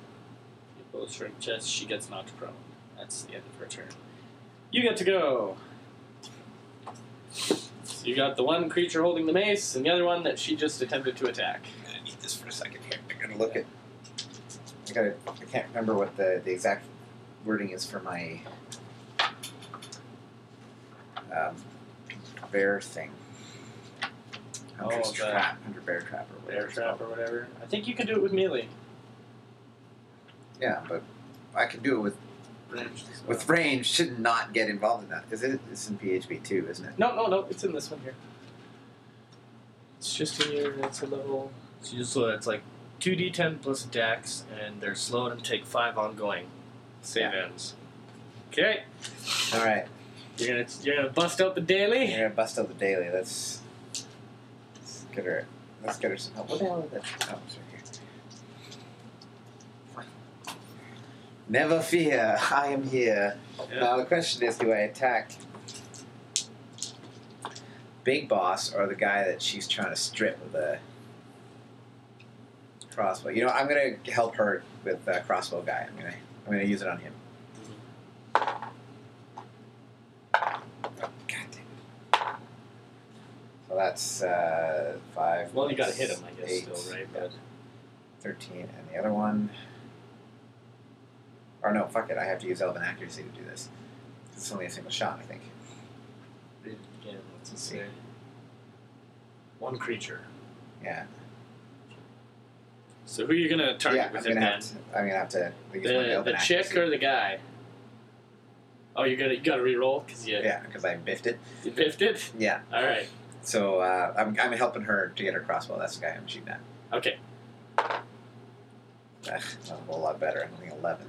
You both shrink chest. She gets knocked prone. That's the end of her turn. You get to go. So you got the one creature holding the mace, and the other one that she just attempted to attack. I'm gonna need this for a second here. I'm gonna look at. I gotta. I can't remember what the, the exact wording is for my um, bear thing. Hunter's Oh, the- trap, hunter bear trap, or whatever. Bear it's trap or whatever. I think you can do it with melee. called. Yeah, but I could do it with Range. with range. Should not get involved in that. Is it? It's in PHB two, isn't it? No, no, no. It's in this one here. It's just in your. It's a level. So you slow. It's like two d10 plus dex, and they're slowed and take five ongoing. Save ends. Okay, All right. you're gonna you're gonna bust out the daily. You're gonna bust out the daily. Let's, let's get her. Let's get her some help. What the hell is that? Oh, it's right here. Never fear, I am here. Yeah. Now the question is, do I attack Big Boss or the guy that she's trying to strip with a crossbow? You know, I'm gonna help her with the crossbow guy. I'm gonna, I'm gonna use it on him. Oh, God damn it. So that's uh, five. Well, you gotta plus hit him, I guess, eight, still, right? But 13, and the other one. Or no, fuck it. I have to use Elven Accuracy to do this. It's only a single shot, I think. read it again. Let's just see. One creature. Yeah. So who are you gonna target yeah, I'm with gonna him have then? to. I'm gonna have to use my The, Elven the chick Accuracy. or the guy? Oh, you gotta you gotta reroll because you, yeah, because I biffed it. you biffed it. Yeah. All right. So uh, I'm, I'm helping her to get her crossbow. That's the guy I'm shooting at. Okay. Ugh, that's a whole lot better. I'm only 11.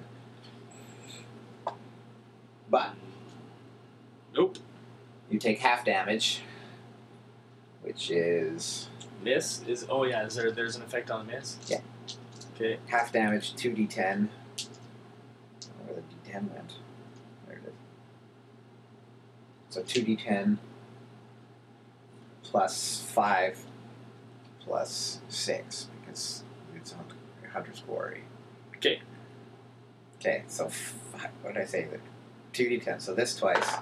But Nope. you take half damage, which is Miss is. Oh yeah. Is there? There's an effect on miss. Yeah. Okay. half damage, 2d10. I don't know where the d10 went. There it is. So 2d10 plus 5 plus 6 because it's on Hunter's Quarry. Okay. Okay, so f- what did I say? The 2d10. So this twice,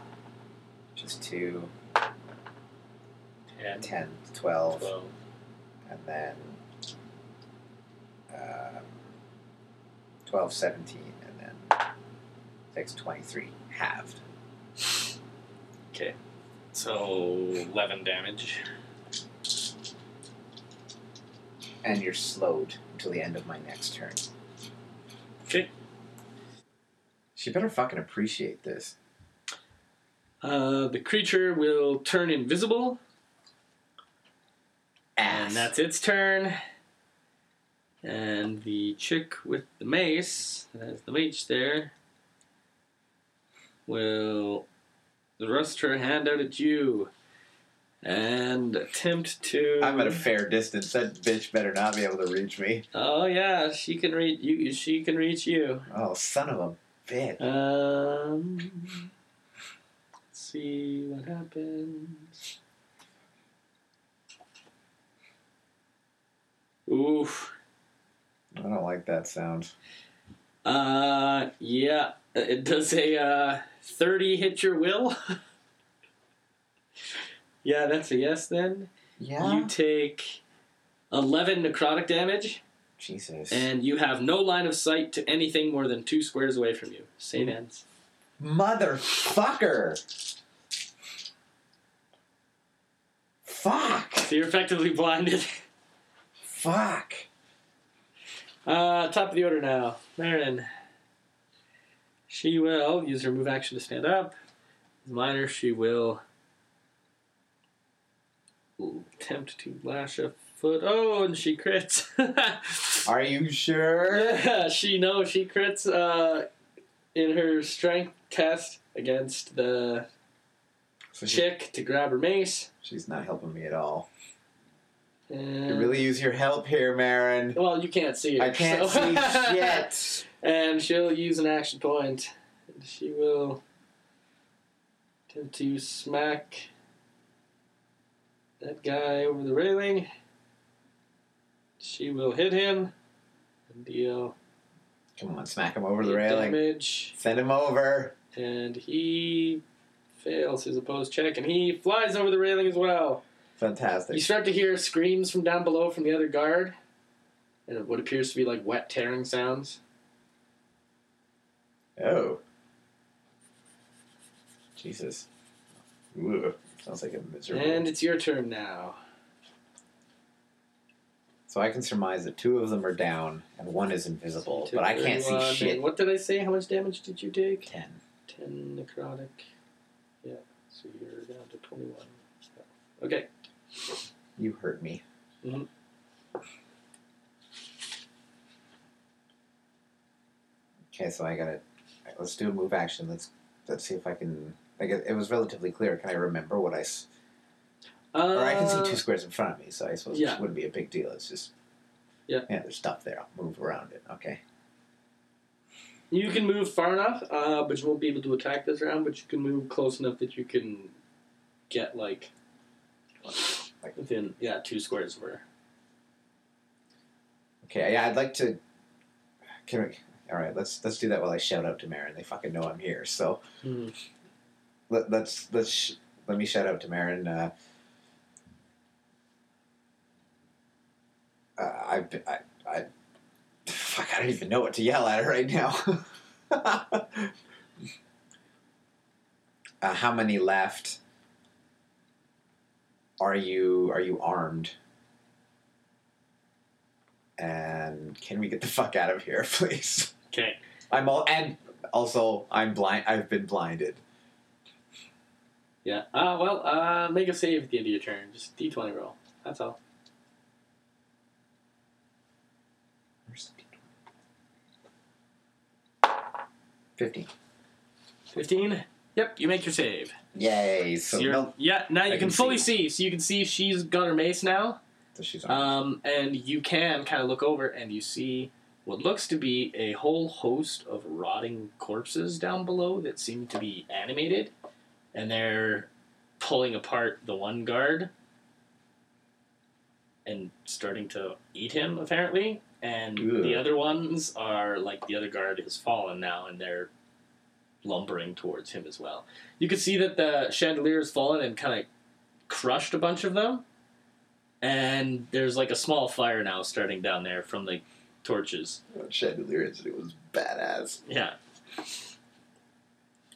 which is 2, Ten. 10, 12. Twelve. and then um, 12, 17, and then 6, 23, halved. So eleven damage. And you're slowed until the end of my next turn. Okay. She better fucking appreciate this. Uh, the creature will turn invisible, and Ass. that's its turn. And the chick with the mace, that's the mage there, will thrust her hand out at you and attempt to. I'm at a fair distance. That bitch better not be able to reach me. Oh yeah, she can reach you. She can reach you. Oh, son of a bitch. Um, let's see what happens. Oof. I don't like that sound. Uh, yeah. It does a uh, thirty hit your will. yeah, that's a yes. Then Yeah. you take eleven necrotic damage. Jesus. And you have no line of sight to anything more than two squares away from you. Same ends. Motherfucker! Fuck! So you're effectively blinded. Fuck! Uh, top of the order now. Marin. She will use her move action to stand up. Minor, she will attempt to lash a foot. Oh, and she crits. Are you sure? yeah, she no, she crits uh, in her strength test against the So she- chick to grab her mace. she's not helping me at all. You And, really use your help here, Marin. Well, you can't see her. I can't so- see shit. And she'll use an action point. She will attempt to smack that guy over the railing. She will hit him and deal Come on, smack him over the eight railing. damage. Send him over. And he fails his opposed check and he flies over the railing as well. You Fantastic. start to hear screams from down below from the other guard and what appears to be like wet tearing sounds. Oh. Jesus. Ooh, sounds like a miserable. And it's your turn now. so I can surmise that two of them are down and one is invisible, but I can't see 31, and shit. What did I say? How much damage did you take? Ten. 10 necrotic. Yeah, so you're down to 21. Okay. You hurt me. Mhm. Okay, so I gotta. alright, Let's do a move action. Let's let's see if I can. Like it, it was relatively clear. Can I remember what I? s- Uh, or I can see two squares in front of me, so I suppose yeah. it wouldn't be a big deal. It's just. Yeah. Yeah, there's stuff there. I'll move around it. Okay. You can move far enough, uh, but you won't be able to attack this round, but you can move close enough that you can get, like, Like- within, yeah, two squares of her. Okay. Yeah, I'd like to. Can we? All right. Let's let's do that while I shout out to Marin. They fucking know I'm here. So. let, let's let's sh- let me shout out to Marin. Uh, uh, I've been, I I fuck I don't even know what to yell at her right now. uh, how many left? Are you are you armed? And can we get the fuck out of here, please? Okay. I'm all and also I'm blind. I've been blinded. Yeah. Uh, well, uh, make a save at the end of your turn. Just d20 roll. That's all. Fifteen. 15? Yep, you make your save. Yay! So You're- no, yeah, now you I can, can fully see. So you can see she's got her mace now, so she's on. um, and you can kind of look over and you see what looks to be a whole host of rotting corpses down below that seem to be animated, and they're pulling apart the one guard and starting to eat him apparently. And Ew. the other ones are like the other guard has fallen now, and they're lumbering towards him as well. You can see that the chandelier has fallen and kind of crushed a bunch of them. And there's like a small fire now starting down there from the torches. That chandelier incident was badass. Yeah.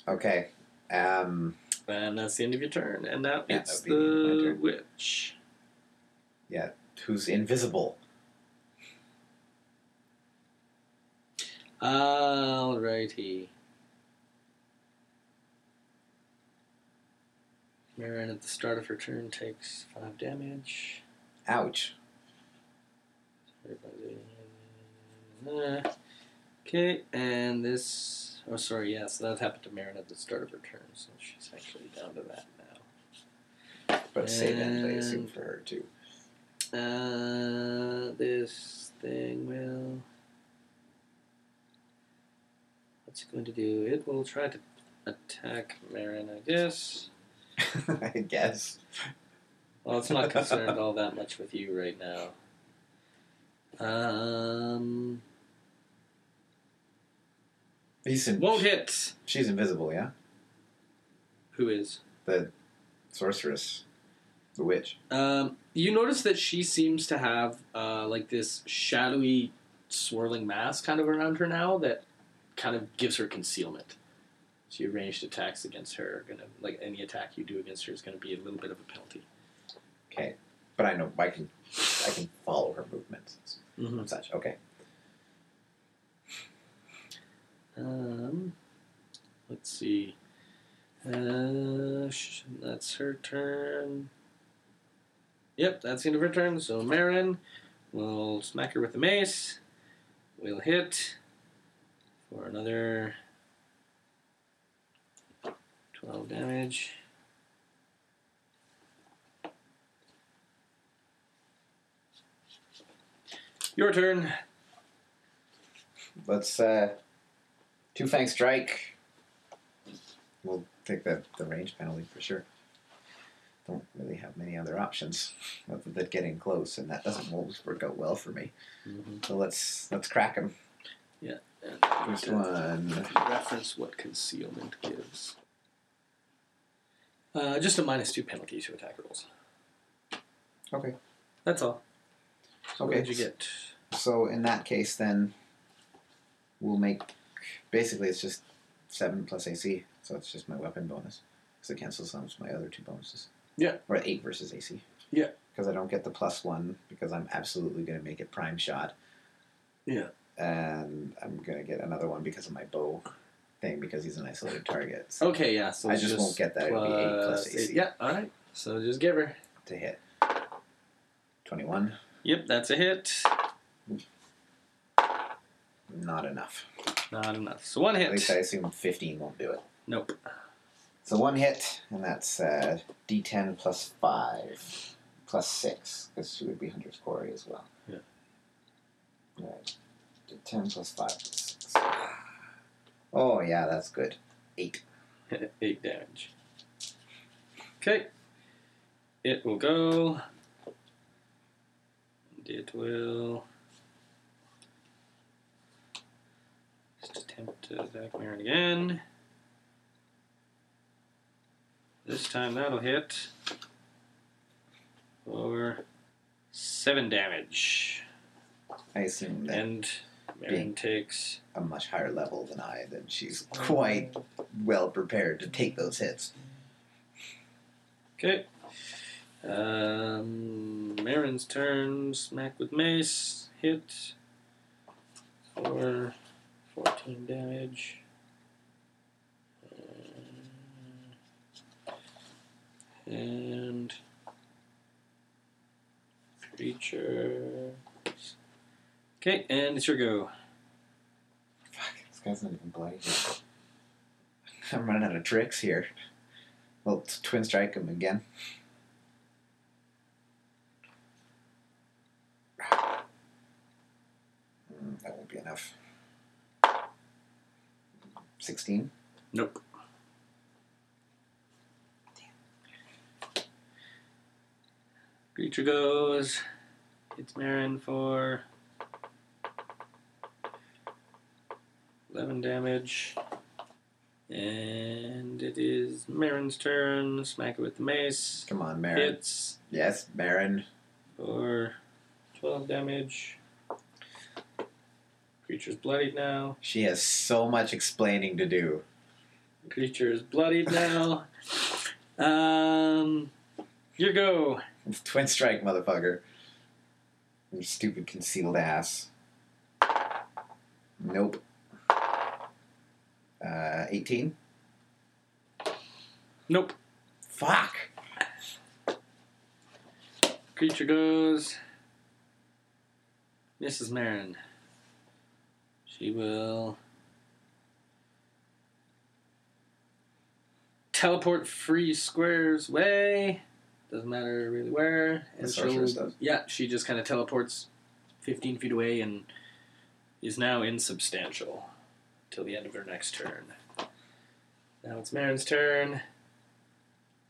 Okay. Um. And that's the end of your turn. And now Yeah, it's that would be the end of my the turn. witch. Who's invisible? Alrighty. Marin at the start of her turn takes five damage. Ouch. Okay, and this. Oh, sorry, yeah, so that happened to Marin at the start of her turn, so she's actually down to that now. But save end, I assume And- for her too. Uh, this thing will. What's it going to do? It will try to attack Marin, I guess. I guess. Well, it's not concerned all that much with you right now. Um, He's in, won't hit. She's invisible. Yeah. Who is? The sorceress, the witch. Um, you notice that she seems to have uh, like this shadowy, swirling mass kind of around her now that kind of gives her concealment. So your ranged attacks against her are gonna like any attack you do against her is gonna be a little bit of a penalty. Okay. But I know I can. I can follow her movements Mm-hmm. and such. Okay. Um, let's see. Uh, sh- that's her turn. Yep, that's the end of her turn. So Marin will smack her with the mace. We'll hit for another 12 damage. Your turn. Let's uh, two fang strike. We'll take the, the range penalty for sure. Don't really have many other options other than getting close, and that doesn't always work out well for me. So let's let's crack him. First one. reference what concealment gives. Uh, just a minus two penalty to attack rolls. Okay. That's all. So Okay. What did you get? So in that case, then we'll make basically it's just seven plus AC, so it's just my weapon bonus because it cancels out my other two bonuses. Yeah. Or eight versus AC. Yeah. Because I don't get the plus one because I'm absolutely going to make it prime shot. Yeah. And I'm going to get another one because of my bow thing because he's an isolated target so Okay, yeah. So I it's just won't get that. It'll be eight plus AC. eight. Yeah, all right. So just give her. to hit. Twenty-one, Yep, that's a hit. not enough. Not enough. So one At least hit. I assume fifteen won't do it. Nope. So one hit, and that's uh, D10 plus five, plus six, because she would be Hunter's Quarry as well. Yeah. Right. D10 plus five, plus six. Oh yeah, that's good. Eight. eight damage. Okay. It will go. And It will. Just attempt to attack Marin again. This time that'll hit. For seven damage. I assume that And Marin takes. a much higher level than I, then she's quite well prepared to take those hits. Okay. Um, Marin's turn. Smack with mace. Hit. For 14 damage. Uh, And. Creature. Okay, and it's your go. Fuck, this guy's not even bloody. I'm running out of tricks here. Well, t- twin strike him again. Mm, that won't be enough. 16. Nope. Creature goes. It's Marin for 11 damage. And it is Marin's turn. Smack it with the mace. Come on, Marin. Hits Yes, Marin. for 12 damage. Creature's bloodied now. She has so much explaining to do. Creature is bloodied now. um, your go. It's twin strike, motherfucker. You stupid concealed ass. Nope. Uh, 18? Nope. Fuck! Creature goes. Mrs. Marin. She will teleport free squares way. Doesn't matter really where. The sorceress she'll- does. Yeah, she just kind of teleports 15 feet away and is now insubstantial till the end of her next turn. Now it's Marin's turn.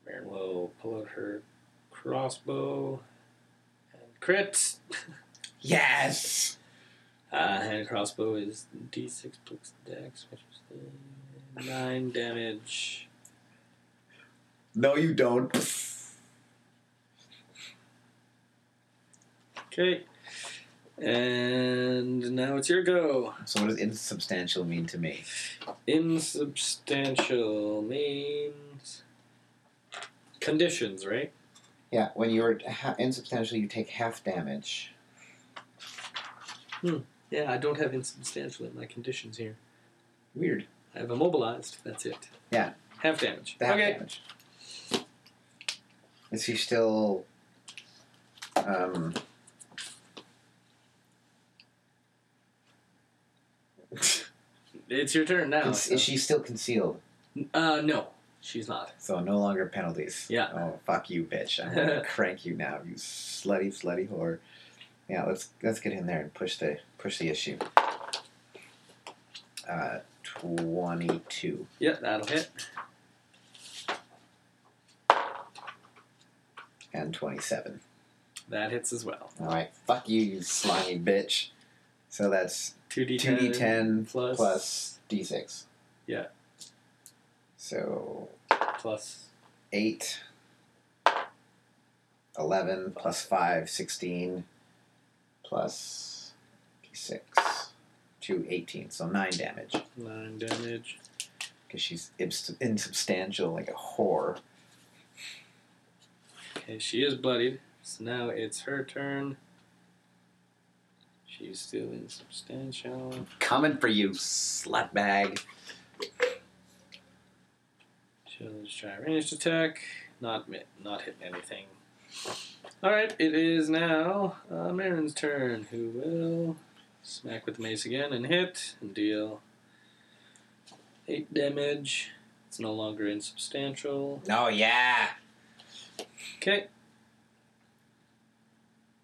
Marin will pull out her crossbow and crit. Yes! Uh, hand crossbow is d6 plus dex, which is uh, 9 damage. No, you don't. Okay. And now it's your go. So, what does insubstantial mean to me? Insubstantial means conditions, right? Yeah, when you're ha- insubstantial, you take half damage. Yeah, I don't have insubstantial in my conditions here. Weird. I have immobilized. That's it. Yeah. Half damage. The half okay. damage. Is he still Um, It's your turn now. is, is she still concealed? Uh, no, she's not. So no longer penalties. Yeah. Oh fuck you, bitch! I'm gonna crank you now, you slutty, slutty whore. Yeah, let's let's get in there and push the push the issue. Uh, twenty-two. Yep, that'll hit. and 27. That hits as well. All right, fuck you, you slimy bitch. So that's 2d10. 2d10 plus- plus, d6. Yeah. So plus 8, 11, plus 5, 16, plus d6, 2, 18. So 9 damage. 9 damage. Because she's ibs- insubstantial like a whore. Okay, she is bloodied. So now it's her turn. She's still insubstantial. Coming for you, slutbag. She'll just try a ranged attack. Not mi- not hit anything. Alright, it is now uh, Marin's turn, who will smack with the mace again and hit and deal 8 damage. It's no longer insubstantial. Oh, yeah. Okay.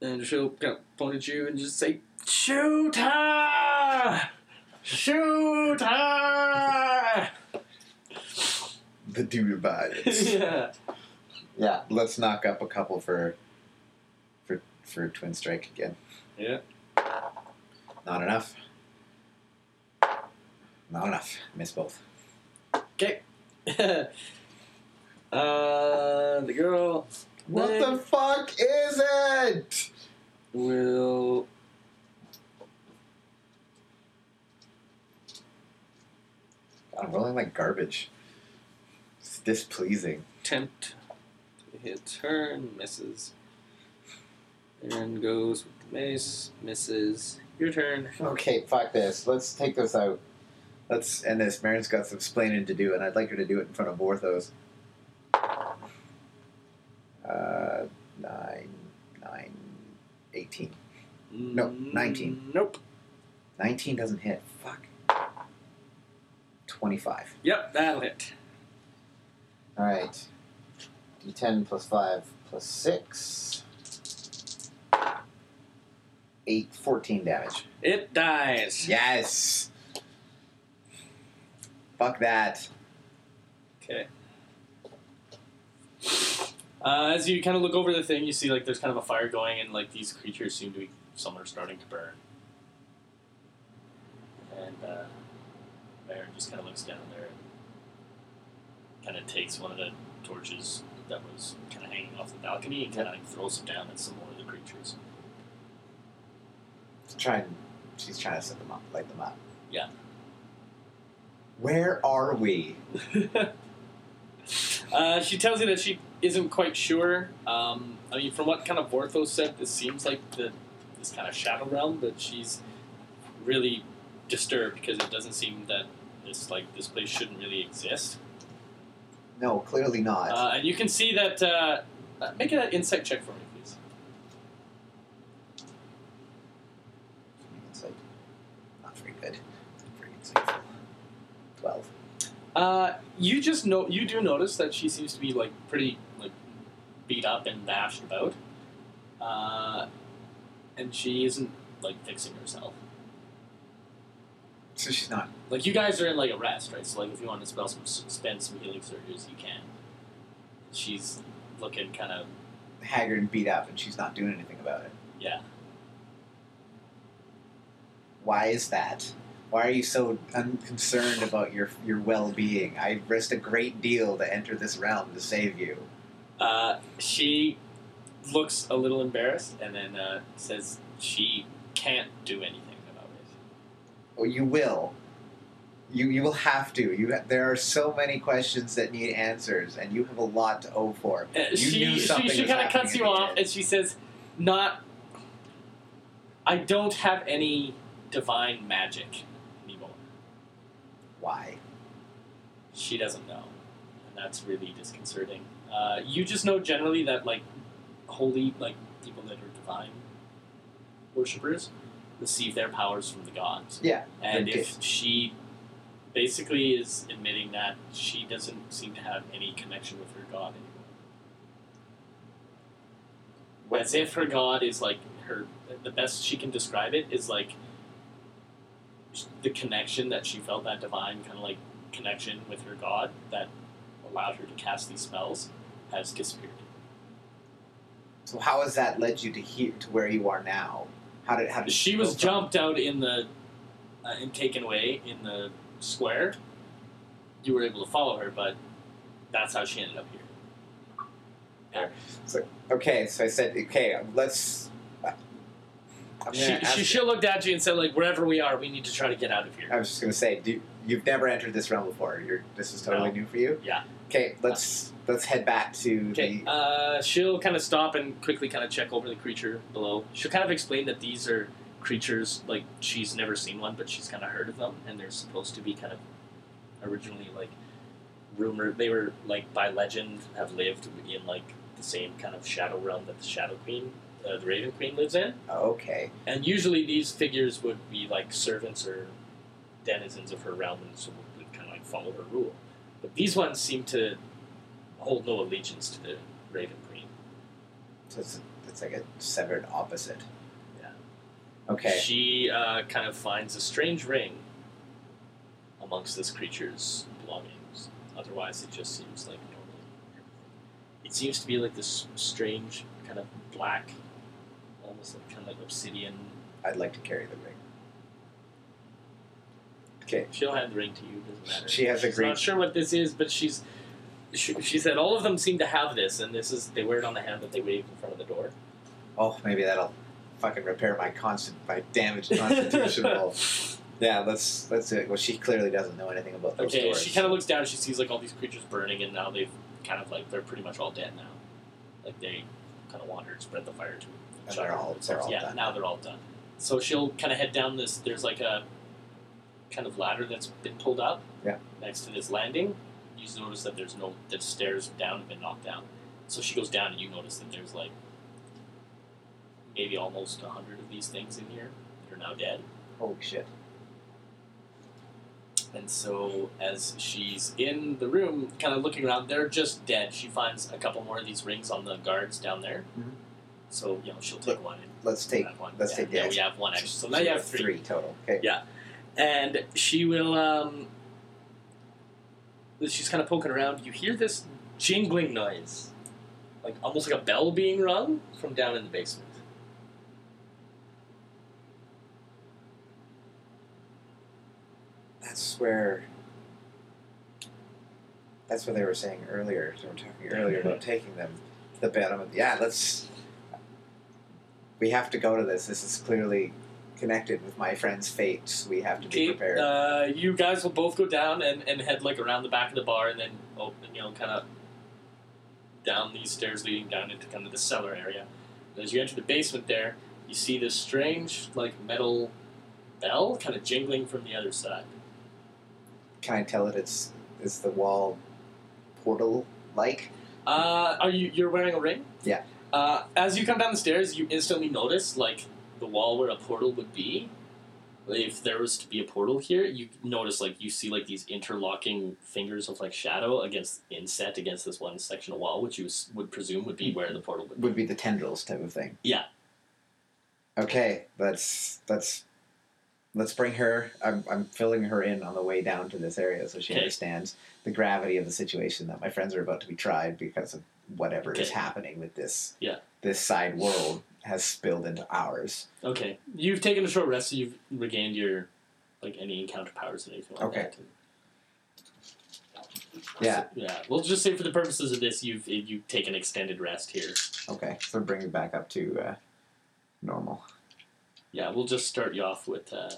And she'll go point at you and just say, Shoot her! Shoot her! The dude about yeah. Yeah, let's knock up a couple for for for twin strike again. Yeah. Not enough. Not enough. Miss both. uh, the girl What the fuck is it? will. I'm rolling like garbage. It's displeasing. attempt to hit her and misses. Aaron goes with the mace, misses. Your turn. Okay, fuck this. Let's take this out. Let's end this. Marin's got some explaining to do, and I'd like her to do it in front of Orthos. Uh, nine, nine, eighteen. No, 19. Nope. 19 doesn't hit. Fuck. 25. Yep, that'll hit. Alright. D10 plus 5 plus 6. 8, 14 damage. It dies. Yes! Fuck that. Okay. Uh, as you kind of look over the thing, you see like there's kind of a fire going, and like these creatures seem to be some are starting to burn. And uh, Baron just kind of looks down there and kind of takes one of the torches that was kind of hanging off the balcony and kind of like, throws it down at some more of the creatures. Trying, she's trying to set them up, light them up. Yeah. Where are we? Uh, she tells you that she isn't quite sure. Um, I mean, from what kind of Vorthos said, this seems like the this kind of shadow realm, but she's really disturbed because it doesn't seem that this like this place shouldn't really exist. No, clearly not. Uh, and you can see that. Uh, uh, make an insight check for me, please. it's like, not very good. Not very insightful. 12. Uh, you just know you do notice that she seems to be like pretty like beat up and bashed about, uh, and she isn't like fixing herself. So she's not Like you guys are in like a rest, right? So like if you want to spell some, spend some healing surges, you can. She's looking kind of haggard and beat up, and she's not doing anything about it. yeah. Why is that? Why are you so unconcerned about your your well being? I risked a great deal to enter this realm to save you. Uh, she looks a little embarrassed and then uh, says she can't do anything about it. Well, Oh, you will. You you will have to. You there are so many questions that need answers, and you have a lot to owe for. Uh, You she knew she, something she was kind of cuts happening you in the off end. and she says, "Not. I don't have any divine magic anymore." Why? she doesn't know and that's really disconcerting uh, you just know generally that like holy like people that are divine worshippers receive their powers from the gods. Yeah, And they're if she basically is admitting that she doesn't seem to have any connection with her god anymore. As if her god is like her, the best she can describe it is like the connection that she felt, that divine kind of like connection with her god that allowed her to cast these spells has disappeared. So how has that led you to here to where you are now? How did how She was jumped out in the uh, and taken away in the square. You were able to follow her, but that's how she ended up here. Okay, so I said, okay, let's. I'm gonna she ask she you- should looked at you and said, like, wherever we are, we need to try to get out of I here. was just gonna say, do, you've never entered this realm before. You're this is totally No. new for you. Yeah. Okay, let's let's head back to Okay, uh, she'll kind of stop and quickly kind of check over the creature below. She'll kind of explain that these are creatures like she's never seen one, but she's kind of heard of them, and they're supposed to be kind of originally like rumored. They were like by legend have lived in like the same kind of shadow realm that the Shadow Queen, uh, the Raven Queen, lives in. the okay. And usually these figures would be like servants or denizens of her realm and so would kind of like follow her rule. But these ones seem to hold no allegiance to the Raven Queen. So it's, it's like a severed opposite. Yeah. Okay. She uh, kind of finds a strange ring amongst this creature's belongings. Otherwise, it just seems like normal. It seems to be like this strange kind of black, almost like kind of like obsidian. I'd like to carry the ring. She'll hand the ring to you. Doesn't matter. She has a She's green- Not sure what this is, but she's. She, she said all of them seem to have this, and this is they wear it on the hand that they wave in front of the door. Oh, maybe that'll fucking repair my constant my damaged constitutional. yeah, let's let's do it. Well, she clearly doesn't know anything about those Okay, doors. she kind of looks down. She sees like all these creatures burning, and now they've kind of like they're pretty much all dead now. Like they kind of wandered, spread the fire to And each they're other. all- they're all yeah, done. now they're all done. So she'll kind of head down this. There's like a kind of ladder that's been pulled up. Yeah. Next to this landing, you just notice that there's no the stairs down have been knocked down. So she goes down, and you notice that there's like maybe almost a hundred of these things in here that are now dead. Holy shit! And so, as she's in the room, kind of looking around, they're just dead. She finds a couple more of these rings on the guards down there. Mhm. So, you know, she'll take one. And Let's take have one. let's yeah, take the yeah, we extra- have one extra. So now you have three. total. Okay. And she will, um, she's kind of poking around. You hear this jingling noise, like almost like a bell being rung from down in the basement. That's where. That's what they were saying earlier. They were talking earlier about taking them to the bottom of. Yeah, let's. We have to go to this. This is clearly connected with my friend's fate. We have to be Okay, prepared. uh, you guys will both go down and, and head like around the back of the bar and then open, you know, kind of down these stairs leading down into kind of the cellar area. And as you enter the basement there, you see this strange like metal bell kind of jingling from the other side. Can I tell that it's is the wall portal like? Uh, are you you're wearing a ring? Yeah. Uh, as you come down the stairs, you instantly notice like the wall where a portal would be. If there was to be a portal here, you notice like you see like these interlocking fingers of like shadow against inset against this one section of wall, which you s- would presume would be where the portal would. be. Would be the tendrils type of thing. Yeah. Okay, let's let's let's bring her. I'm I'm filling her in on the way down to this area so she Okay. understands the gravity of the situation that my friends are about to be tried because of whatever is Okay. happening with this. Yeah. This side world has spilled into ours. Okay, you've taken a short rest, so you've regained your like any encounter powers and anything like Okay. that. Yeah. Yeah, we'll just say for the purposes of this, you've you take an extended rest here. Okay, so bring it back up to uh, normal. Yeah, we'll just start you off with uh,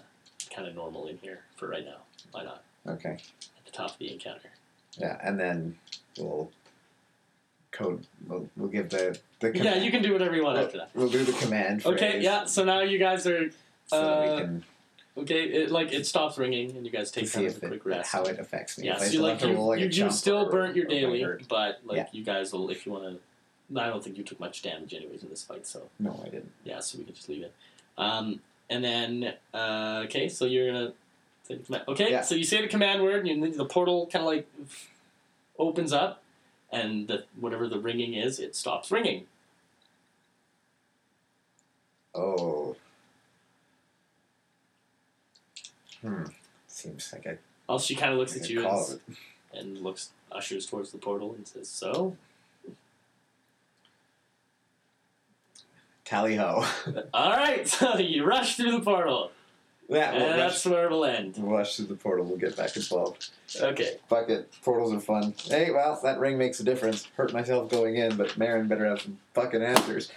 kind of normal in here for right now. Why not? Okay. At the top of the encounter. Yeah, and then we'll code. We'll, we'll give the the com- Yeah, you can do whatever you want Well, after that. We'll do the command. Oh, Phrase Okay, yeah, so now you guys are. So that uh, we can Okay, it, like it stops ringing and you guys take see kind if of a it, quick rest. how it affects me. yeah, if I so still like have to you, roll like you, a you jump still or, burnt your or if I daily, hurt. but like Yeah. you guys will, if you want to I don't think you took much damage anyways in this fight, so No, I didn't. yeah, so we can just leave it. Um, and then uh, okay, so you're gonna say the command. Okay, Yeah. so you say the command word, and you, the portal kind of like opens up, and the, whatever the ringing is, it stops ringing. Oh. Hmm. Seems like a, Also, she kind of looks like at a you call. and, and looks ushers towards the portal and says, "So, Tally ho. all right, so you rush through the portal, yeah, and we'll that's rush, where it'll end." we'll rush through the portal. We'll get back involved. Okay, Fuck it. Portals are fun. Hey, well, that ring makes a difference. Hurt myself going in, but Marin better have some fucking answers.